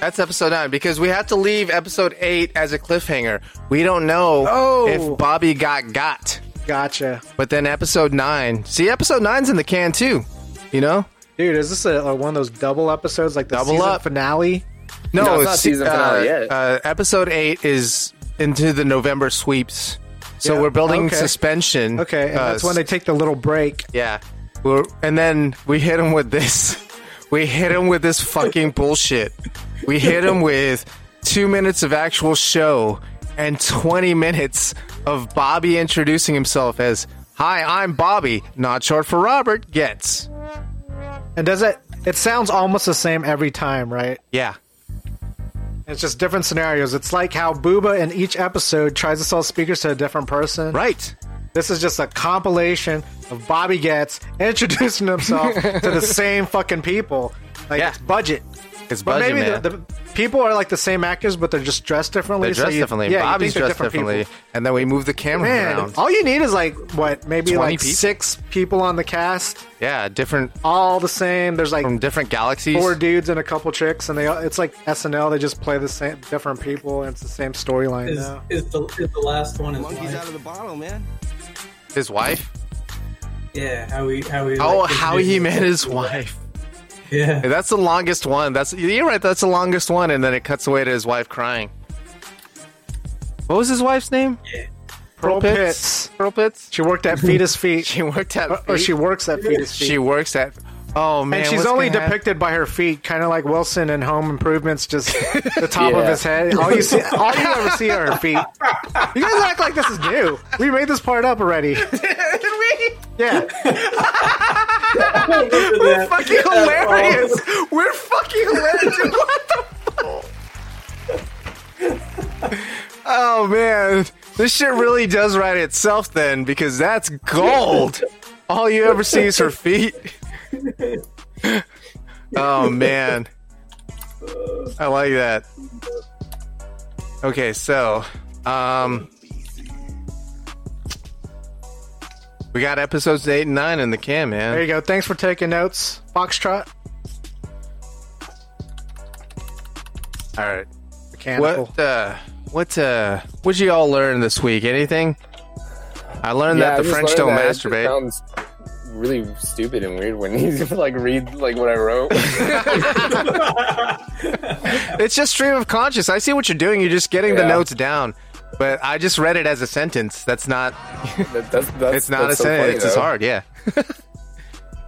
S4: That's episode 9 because we have to leave episode 8 as a cliffhanger. We don't know
S5: Oh.
S4: if Bobby got got.
S5: Gotcha.
S4: But then episode nine. See, episode nine's in the can too. You know,
S5: dude, is this a, a one of those double episodes like the
S4: Double
S5: season
S4: up.
S5: finale?
S4: no,
S6: No, it's not season
S4: uh,
S6: finale yet.
S4: Uh, episode eight is into the November sweeps, so
S5: Yeah,
S4: we're building
S5: okay.
S4: suspension.
S5: Okay, and
S4: uh,
S5: that's when they take the little break.
S4: Yeah. We're, and then we hit him with this. We hit him with this fucking bullshit. We hit him with two minutes of actual show and 20 minutes of Bobby introducing himself as, Hi, I'm Bobby, not short for Robert Gets.
S5: And does it? It sounds almost the same every time, right?
S4: Yeah.
S5: It's just different scenarios. It's like how Booba in each episode tries to sell speakers to a different person.
S4: Right.
S5: This is just a compilation of Bobby Getz introducing himself to the same fucking people. Like
S4: Yeah.
S5: it's budget.
S4: It's
S5: But
S4: budget,
S5: maybe
S4: man.
S5: the, the people are like the same actors, but they're just dressed differently.
S4: they're
S5: so
S4: dressed
S5: you-
S4: differently.
S5: Yeah, you
S4: Bobby's
S5: think they're
S4: dressed
S5: different
S4: differently.
S5: people.
S4: And then we move the camera
S5: Man,
S4: around.
S5: all you need is like what, maybe
S4: 20
S5: like
S4: people?
S5: six people on the cast,
S4: Yeah, different
S5: all the same. There's like
S4: from different galaxies.
S5: four dudes and a couple chicks, and they all- it's like SNL. They just play the same different people, and it's the same storyline.
S7: Is,
S5: now.
S7: is, the, is the last one is
S14: Monkey's out
S7: life.
S14: of the bottle, man.
S4: His wife.
S7: Yeah, how he how he
S4: Oh,
S7: like,
S4: how he met his wife.
S7: Yeah,
S4: Hey, That's the longest one. That's you're right. That's the longest one, and then it cuts away to his wife crying. What was his wife's name?
S5: Pearl Pitts.
S4: Pearl Pitts.
S5: She worked at Fetus Feet,
S4: Oh, She worked at.
S5: or she
S4: feet-
S5: works at Fetus Feet,
S4: She works at. Oh man,
S5: and she's
S4: what's
S5: only
S4: gonna happen-
S5: depicted by her feet, kind of like Wilson in Home Improvements, just the top of
S6: Yeah.
S5: his head. All you see, all you ever see are her feet. You guys act like this is new. We made this part up already. Yeah,
S7: we're
S4: Fucking hilarious. We're fucking hilarious. Dude, what the fuck? Oh man, this shit really does write itself then, because that's gold. All you ever see is her feet. Oh man, I like that. Okay, so um, we got episodes eight and nine in the can, man.
S5: there you go. Thanks for taking notes, Foxtrot.
S4: All right.
S5: Mechanical.
S4: What uh what uh what'd you all learn this week? Anything? I learned
S6: Yeah,
S4: that
S6: I
S4: the
S6: just
S4: French
S6: learned
S4: don't
S6: that it just
S4: masturbate.
S6: Sounds really stupid and weird when you like read like what I wrote.
S4: It's just stream of conscious. I see what you're doing. You're just getting the
S6: Yeah.
S4: notes down. But I just read it as a sentence. That's not
S6: That- that's, that's,
S4: it's not a
S6: that's so
S4: sentence.
S6: funny,
S4: it's just
S6: though.
S4: hard, yeah.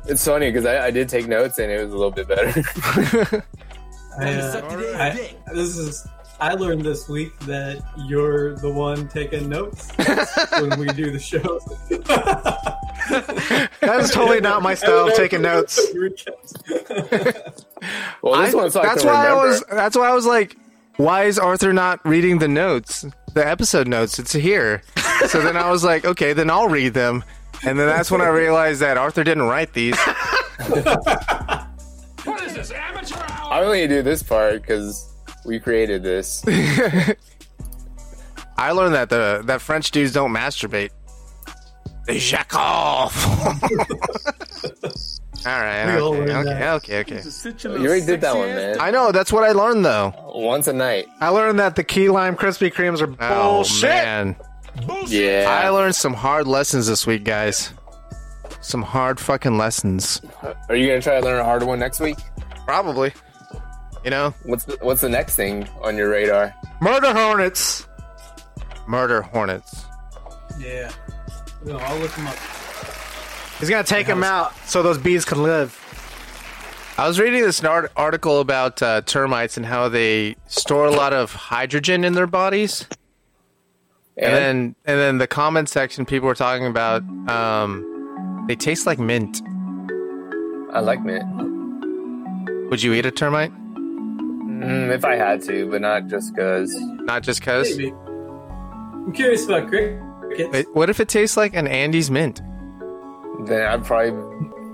S6: It's funny because I, I did take notes and it was a little bit better.
S7: I, uh, I- this is I learned this week that you're the one taking notes when we do the show.
S5: That is totally not my style of taking notes.
S6: Well,
S4: I-
S6: this one's like
S4: that's why I was that's why I was like, why is Arthur not reading the notes? The episode notes, it's here. so then I was like, okay, then I'll read them. And then that's when I realized that Arthur didn't write these.
S15: What is this amateur hour?
S6: I only do this part because we created this.
S4: I learned that the that French dudes don't masturbate. They jack off. All right.
S7: all
S4: Okay.
S7: learned
S4: Okay.
S7: that.
S4: okay. Okay.
S6: You already did that one, man.
S4: I know. That's what I learned though.
S6: Once a night.
S5: I learned that the key lime Krispy Kremes are
S4: Oh
S5: bullshit.
S4: man. I
S6: Yeah.
S4: learned some hard lessons this week, guys. Some hard fucking lessons.
S6: Are you gonna try to learn a harder one next week?
S4: Probably. You know,
S6: What's the, what's the next thing on your radar?
S5: Murder hornets.
S4: murder hornets.
S7: Yeah, no, I'll look him up.
S5: He's gonna take them out so those bees can live.
S4: I was reading this nar- article about uh, termites and how they store a lot of hydrogen in their bodies. and then and then the comment section people were talking about um they taste like mint
S6: I like mint.
S4: would you eat a termite
S6: Mm, if I had to, but not just because.
S4: not just cuz
S7: Maybe. I'm curious about crickets.
S4: what if it tastes like an andy's mint
S6: Then I'd probably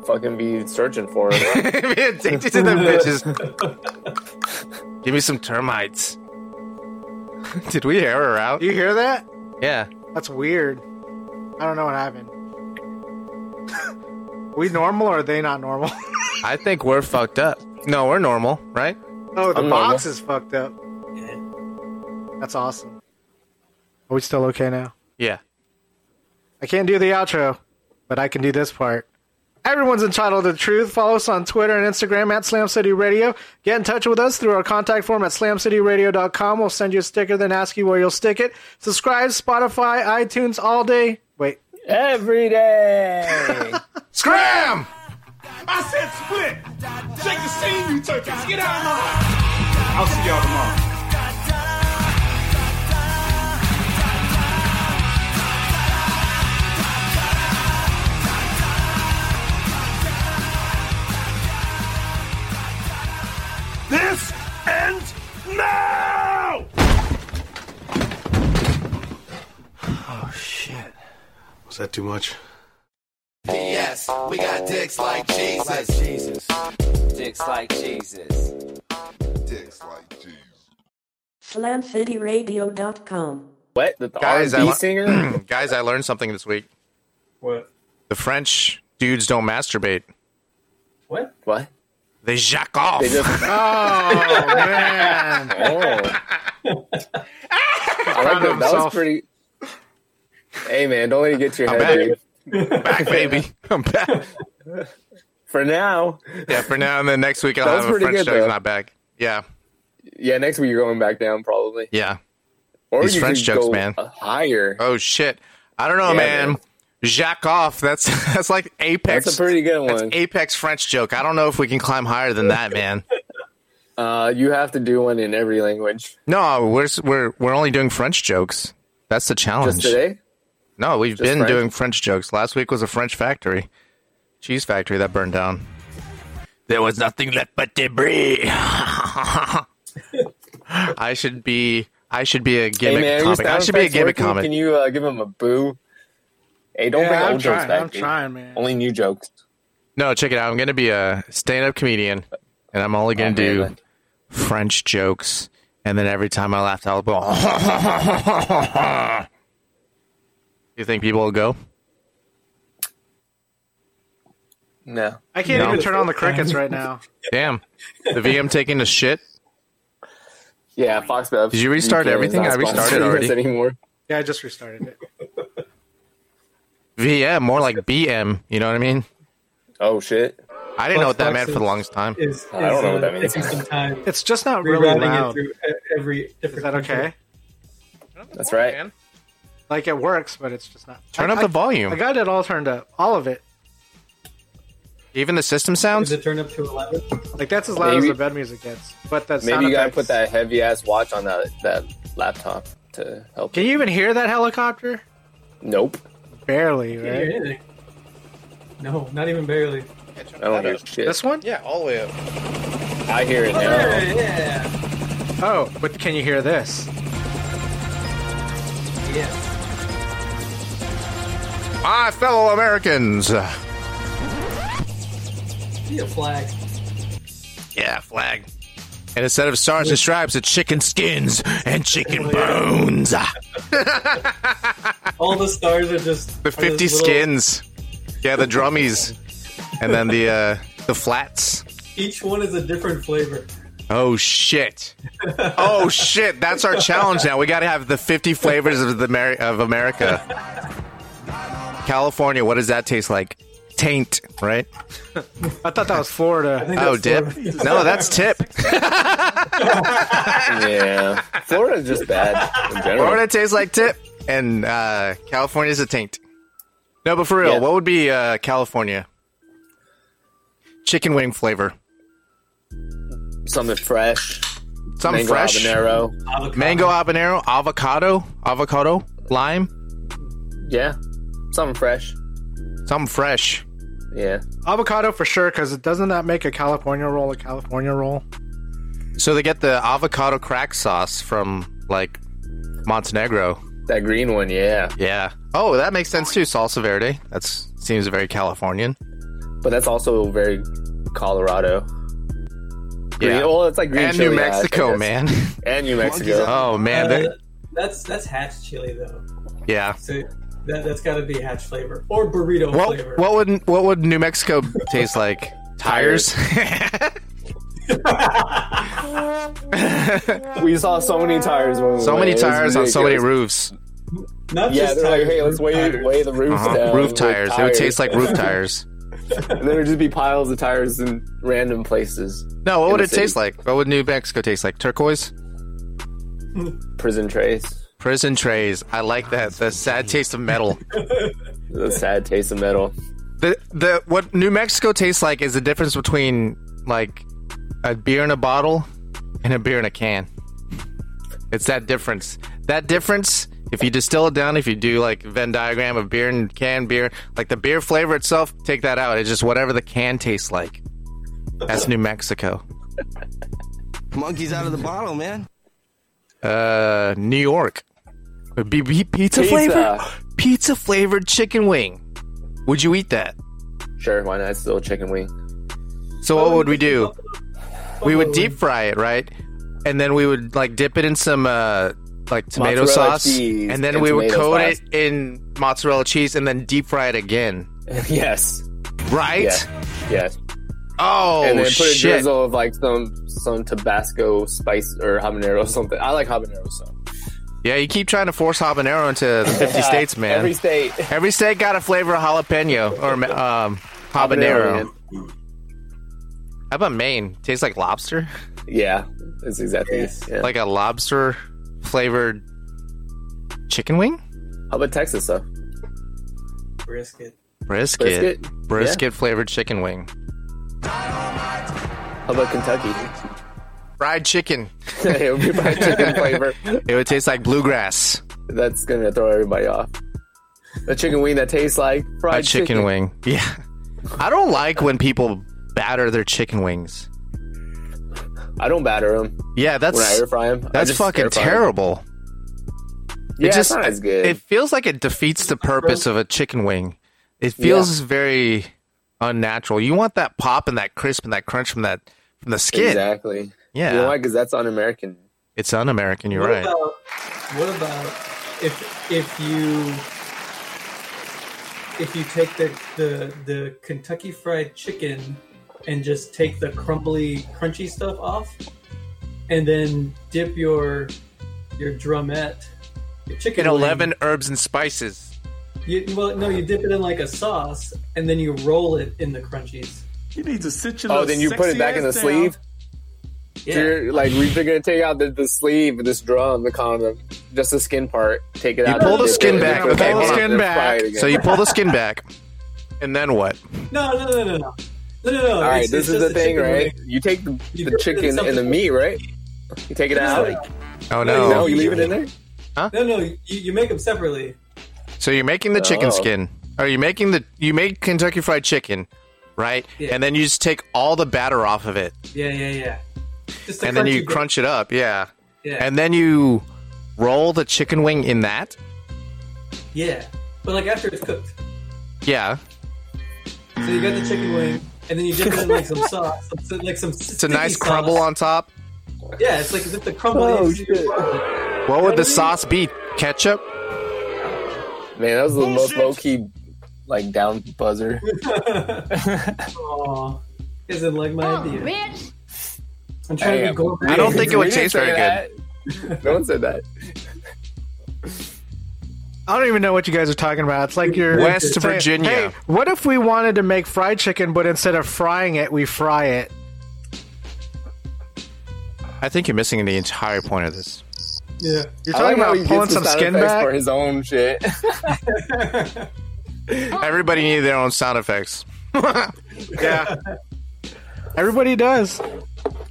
S6: fucking be searching for it.
S4: Be addicted to them bitches give me some termites did we air her out
S5: Do you hear that?
S4: yeah
S5: That's weird. I don't know what happened. we normal or are they not normal?
S4: i think we're fucked up no we're normal right
S5: oh, the
S6: I'm
S5: box
S6: normal.
S5: is fucked up.
S7: Yeah.
S5: That's awesome. Are we still okay now?
S4: yeah
S5: I can't do the outro, but I can do this part. Everyone's entitled to the truth. Follow us on Twitter and Instagram at Slam City Radio. Get in touch with us through our contact form at slamcityradio.com. We'll send you a sticker, then ask you where you'll stick it. Subscribe, Spotify, iTunes, all day. Wait.
S6: Every day.
S16: Scram!
S2: I said split. Shake the scene, you turkeys. Get out of my house. I'll see y'all tomorrow. This ends now!
S1: Oh, shit. Was that too much?
S17: P.S. We got dicks like Jesus. Like Jesus. Dicks like Jesus.
S18: Dicks like Jesus.
S3: SlamCityRadio.com.
S6: What? The, the
S4: Guys, I
S6: R&B
S4: le-
S6: singer?
S4: Guys, I learned something this week.
S7: What?
S4: The French dudes don't masturbate.
S7: What?
S6: What?
S4: They jack off.
S6: They just-
S5: Oh, man.
S6: Oh. I like
S5: Proud of
S6: that. That
S5: himself.
S6: was pretty. Hey, man, don't let it get to your
S4: I'm
S6: head,
S4: back.
S6: dude.
S4: back, baby. I'm back.
S6: For now.
S4: Yeah, for now and then next week I'll
S6: That was
S4: have a
S6: pretty
S4: French
S6: good,
S4: joke
S6: though.
S4: not back. Yeah,
S6: Yeah, next week you're going back down, probably.
S4: yeah.
S6: Or
S4: These
S6: you
S4: French
S6: could
S4: jokes,
S6: go
S4: man.
S6: Higher.
S4: Oh shit. I don't know,
S6: Yeah,
S4: man.
S6: man.
S4: Jack off. That's that's like apex.
S6: That's a pretty good
S4: that's
S6: one.
S4: apex French joke. I don't know if we can climb higher than that, man.
S6: Uh, you have to do one in every language.
S4: No, we're s- we're we're only doing French jokes. That's the challenge.
S6: Just today?
S4: No, we've
S6: Just
S4: been
S6: French?
S4: doing French jokes. Last week was a French factory, cheese factory that burned down. There was nothing left but debris. I should be. I should be a
S6: Hey,
S4: gimmick
S6: man, are your
S4: comic. I
S6: sound
S4: should be a
S6: effects
S4: gimmick
S6: working?
S4: comic.
S6: Can you uh, give him a boo? Hey, don't
S5: Yeah,
S6: bring
S5: I'm
S6: old jokes
S5: trying.
S6: back.
S5: I'm
S6: dude.
S5: trying, man.
S6: Only new jokes.
S4: No, check it out. I'm going to be a stand-up comedian, and I'm only going
S6: Oh,
S4: to do
S6: man.
S4: French jokes. And then every time I laugh, I'll go. you think people will go?
S6: No.
S5: I can't
S4: No.
S5: even turn on the crickets right now.
S4: Damn, the VM taking a shit.
S6: Yeah, Fox Bev.
S4: Did you restart
S6: can-
S4: everything?
S6: not
S4: I restarted
S6: sponsoring us
S4: already.
S6: Anymore.
S5: Yeah, I just restarted it.
S4: VM, more like BM. You know what I mean?
S6: Oh shit!
S4: I didn't know what that
S7: Xbox
S4: meant for the
S7: is-
S4: longest time.
S7: Is, is,
S6: I don't know
S7: uh,
S6: what that means.
S7: Taking some time
S5: It's just not really
S7: rerouting it
S5: loud.
S7: through e- every different.
S5: Is that okay?
S6: That's right.
S5: Like it works, but it's just not.
S4: Turn
S5: I-
S4: up the
S5: I-
S4: volume.
S5: I got it all turned up, all of it.
S4: Even the system
S7: Is
S4: sounds.
S7: it turned up to eleven?
S5: Like that's as loud
S6: Maybe-
S5: as the bed music gets. But that's
S6: Maybe you gotta put that heavy ass watch on that that laptop to help.
S5: Can you even hear that helicopter?
S6: Nope.
S5: Barely,
S7: Can't hear
S5: right?
S7: anything. No, not even barely.
S6: I don't hear shit.
S5: This one?
S4: Yeah, all the way up.
S6: I hear it now.
S7: Yeah.
S5: Oh, but can you hear this?
S7: Yeah.
S4: My fellow Americans.
S7: See a flag.
S4: Yeah, flag. And instead of stars and stripes, it's chicken skins and chicken bones.
S7: All the stars are just
S4: The
S7: are
S4: fifty
S7: just little-
S4: skins. Yeah, the drummies, and then the uh, the flats.
S7: Each one is a different flavor.
S4: Oh shit! Oh shit! That's our challenge now. We got to have the fifty flavors of the Ameri- of America. California, what does that taste like? Taint, right?
S5: I thought that was Florida.
S4: Oh, dip. No, that's tip.
S6: yeah, Florida's just bad in general.
S4: Florida tastes like tip, and uh, California's a taint. No, but for real,
S6: Yeah.
S4: what would be uh, California? Chicken wing flavor.
S6: something fresh,
S4: Something
S6: mango
S4: fresh.
S6: habanero.
S7: Avocado.
S4: Mango habanero, avocado, avocado, lime,
S6: Yeah, something fresh.
S4: something fresh.
S6: Yeah,
S5: Avocado for sure, because it doesn't that make a California roll a California roll?
S4: So they get the avocado crack sauce from like Montenegro.
S6: that green one. Yeah,
S4: Yeah. Oh, that makes sense too. Salsa verde. That seems very Californian.
S6: but that's also very Colorado. Green,
S4: Yeah.
S6: well, it's like green
S4: And
S6: chili,
S4: New
S6: yeah, I
S4: Mexico,
S6: guess.
S4: man.
S6: And New Mexico.
S4: Oh man.
S7: Uh,
S4: they-
S7: that's that's hatch chili though.
S4: yeah.
S7: So that that's got to be hatch flavor or burrito
S4: What
S7: flavor.
S4: what would what would New Mexico taste like? Tires.
S6: We saw so many tires. When we
S4: so
S6: went.
S4: many
S6: It was
S4: tires on so many roofs.
S6: ridiculous.
S7: Not
S6: yeah,
S7: just
S6: they're like,
S7: tires,
S6: hey, let's
S7: roof
S6: weigh,
S7: tires.
S6: weigh the roofs
S4: Uh-huh.
S6: down.
S4: Roof
S6: Uh, with
S4: tires. It would taste like roof tires.
S6: And there would just be piles of tires in random places.
S4: No, what
S6: in
S4: would
S6: the
S4: it
S6: city.
S4: taste like? What would New Mexico taste like? Turquoise?
S6: Prison trays.
S4: Prison trays. I like that. The sad taste of metal.
S6: The sad taste of metal.
S4: The the what New Mexico tastes like is the difference between like a beer in a bottle and a beer in a can. It's that difference. That difference, if you distill it down, if you do like Venn diagram of beer and can beer, like the beer flavor itself, take that out. It's just whatever the can tastes like. That's New Mexico.
S1: Monkeys out of the bottle, man.
S4: Uh, New York. Would be be pizza,
S6: Pizza.
S4: flavor. Pizza flavored chicken wing. Would you eat that?
S6: Sure, why not? Still chicken wing.
S4: So what would we do? We would deep fry it, right? And then we would like dip it in some uh like tomato
S6: Mozzarella
S4: sauce,
S6: cheese
S4: and then
S6: and
S4: we would
S6: tomato
S4: coat
S6: sauce.
S4: it in mozzarella cheese, and then deep fry it again.
S6: yes.
S4: Right?
S6: Yes. Yes.
S4: Oh
S6: and then put a
S4: shit!
S6: drizzle of like some some Tabasco spice or habanero or something. I like habanero, so
S4: Yeah, you keep trying to force habanero into the fifty states, man.
S6: Every state.
S4: Every state got a flavor of jalapeno or um,
S6: Habanero,
S4: habanero. How about Maine? Tastes like lobster.
S6: Yeah, it's exactly. Yeah.
S4: Like a lobster flavored chicken wing?
S6: How about Texas though?
S7: brisket.
S4: Brisket.
S6: Brisket?
S4: Brisket, flavored chicken wing.
S6: How about Kentucky?
S4: Fried chicken.
S6: it would be my chicken flavor.
S4: It would taste like bluegrass.
S6: That's gonna throw everybody off. A chicken wing that tastes like
S4: A
S6: fried
S4: chicken, wing. Yeah. I don't like when people batter their chicken wings.
S6: I don't batter them
S4: Yeah, that's
S6: when I air fry them.
S4: that's fucking terrible.
S6: Yeah, it's not as good.
S4: It feels like it defeats the purpose of a chicken wing. It feels very unnatural. You want that pop and that crisp and that crunch from that from the skin.
S6: Exactly.
S4: Yeah.
S6: You know why? Because that's un-American.
S4: It's un-American. You're
S7: what
S4: right.
S7: About, what about if if you if you take the, the the Kentucky Fried Chicken and just take the crumbly, crunchy stuff off, and then dip your your drumette, your chicken
S4: In
S7: wing-
S4: eleven herbs and spices.
S7: You, well, no, you dip it in like a sauce, and then you roll it in the crunchies.
S2: You need to sit your
S6: Oh,
S2: little
S6: then you put it
S2: sexy
S6: back in the
S2: ass down.
S6: sleeve.
S7: Yeah.
S6: So you're like we're gonna take out the, the sleeve, this drum, the condom, just the skin part. Take it
S4: You
S6: out.
S4: pull
S6: and
S4: the
S6: dip
S4: skin
S6: it,
S4: back.
S6: and
S4: Okay,
S6: then
S4: hold on.
S6: fry it again.
S4: So you pull the skin back, and then what?
S7: No, no, no, no, no, no, no. no
S6: All right, this is the thing,
S7: chicken
S6: right?
S7: wing.
S6: You take the,
S7: You
S6: the
S7: dip it in
S6: chicken and the
S7: something-
S6: meat, right? You take it out.
S4: Oh
S6: No,
S4: no!
S6: no, you leave it in there.
S7: No, no, you, you make them separately.
S4: So you're making the chicken
S6: Oh.
S4: skin. Are you making the you make Kentucky Fried Chicken, right?
S7: Yeah.
S4: And then you just take all the batter off of it,
S7: Yeah, yeah, yeah. Just the
S4: and then
S7: crunchy
S4: you
S7: bit.
S4: crunch it up. Yeah.
S7: Yeah.
S4: And then you roll the chicken wing in that.
S7: Yeah, but like after it's cooked.
S4: Yeah.
S7: So you got the chicken wing, and then you dip it in like some sauce, some, like some.
S4: It's a nice crumble on top.
S7: Yeah, it's like as if the crumble.
S6: Oh,
S7: is-
S6: shit.
S4: What would the sauce be? Ketchup?
S6: Man, that was the most low key, like down buzzer.
S7: Aw, you guys didn't like my
S19: Punk
S7: idea.
S19: bitch.
S7: I'm trying to
S6: Damn.
S7: be gold.
S4: I don't think it would
S6: We didn't
S4: taste very
S6: say
S4: good.
S6: that. No one said that.
S5: I don't even know what you guys are talking about. It's like you're
S4: West
S5: saying,
S4: Virginia.
S5: Hey, what if we wanted to make fried chicken, but instead of frying it, we fry it?
S4: I think you're missing the entire point of this.
S7: Yeah.
S5: You're
S6: I
S5: talking
S6: like how he
S5: about
S6: gets
S5: pulling
S6: the
S5: some
S6: sound
S5: skin
S6: effects
S5: back.
S6: for his own shit.
S4: Everybody needed their own sound effects.
S5: Yeah. Everybody does.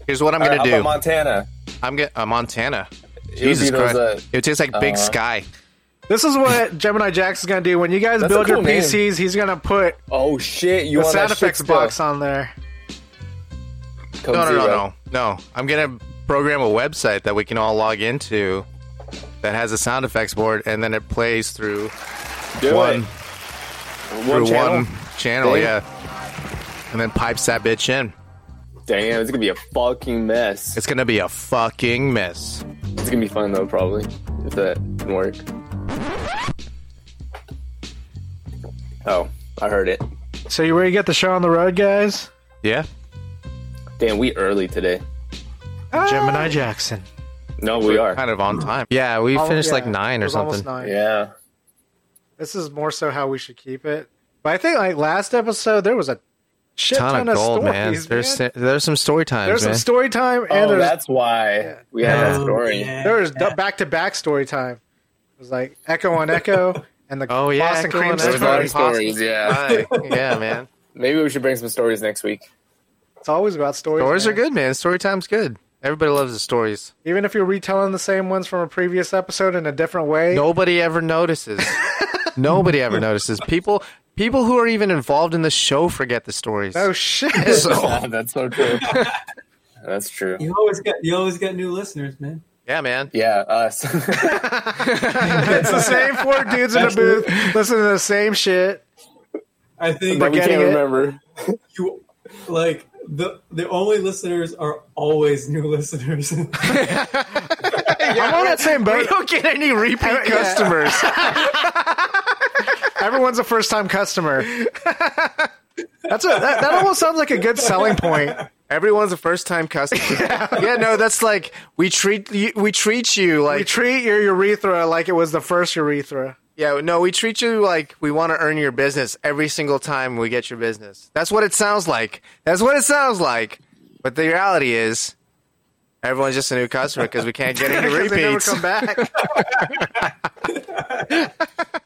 S4: Here's what I'm
S6: All right,
S4: gonna
S6: how about
S4: do.
S6: Montana.
S4: I'm gonna uh, Montana.
S6: would
S4: Jesus
S6: be those,
S4: Christ!
S6: uh,
S4: it tastes like Big
S6: uh,
S4: Sky.
S5: This is what Gemini Jack's gonna do. When you guys
S6: That's a
S5: build
S6: cool
S5: your
S6: name.
S5: PCs, he's gonna put
S6: Oh shit! You
S5: the
S6: want
S5: sound
S6: that shit
S5: effects
S6: still.
S5: box on there.
S6: Code
S4: No, no, no,
S6: Zero.
S4: no, no. I'm gonna program a website that we can all log into that has a sound effects board, and then it plays through
S6: Do
S4: one
S6: it.
S4: through
S6: one channel.
S4: one channel,
S6: Dang.
S4: yeah. And then pipes that bitch in.
S6: Damn, it's gonna be a fucking mess.
S4: It's gonna be a fucking mess.
S6: It's gonna be fun though, probably, if that can work. Oh, I heard it.
S5: So you ready to get the show on the road, guys?
S4: Yeah.
S6: Damn, we early today.
S5: Gemini Jackson.
S6: No, we are
S4: kind of on time. Yeah, we
S5: Oh,
S4: finished
S5: yeah,
S4: like nine
S5: it
S4: or
S5: was almost
S4: something.
S5: nine.
S6: Yeah.
S5: This is more so how we should keep it. But I think like last episode there was a shit
S4: Ton, of gold,
S5: stories,
S4: man.
S5: man.
S4: There's there's some story times.
S5: There's some
S4: man.
S5: story time and
S6: oh,
S5: there's
S6: that's why we had that story.
S5: there was back to back story time. It was like Echo on Echo and the
S4: Oh yeah,
S5: Boston
S4: Echo
S5: Cream
S4: and
S5: story.
S4: Echo.
S6: Story stories, yeah.
S4: Right. Yeah, man.
S6: Maybe we should bring some stories next week.
S5: It's always about stories.
S4: Stories are
S5: man.
S4: good, man. Story time's good. Everybody loves the stories.
S5: Even if you're retelling the same ones from a previous episode in a different way.
S4: Nobody ever notices. Nobody ever notices. People people who are even involved in the show forget the stories.
S5: Oh shit.
S4: So-
S6: that's so true. that's true.
S7: You always got you always got new listeners, man.
S4: Yeah, man.
S6: Yeah, us.
S5: it's the same four dudes in a booth listening to the same shit.
S7: I think
S5: But we can't Forgetting it.
S6: remember.
S7: you like the the only listeners are always new listeners.
S5: I'm on that same boat.
S4: We don't get any repeat
S5: Oh, Yeah.
S4: customers.
S5: Everyone's a first time customer. That's a that, that almost sounds like a good selling point.
S4: Everyone's a first time customer. yeah, no, that's like we treat you, we treat you like
S5: We treat your urethra like it was the first urethra.
S4: Yeah, no, we treat you like we want to earn your business every single time we get your business. That's what it sounds like. That's what it sounds like. But the reality is, everyone's just a new customer because we can't get any
S5: 'Cause they never
S4: repeats.
S5: come back.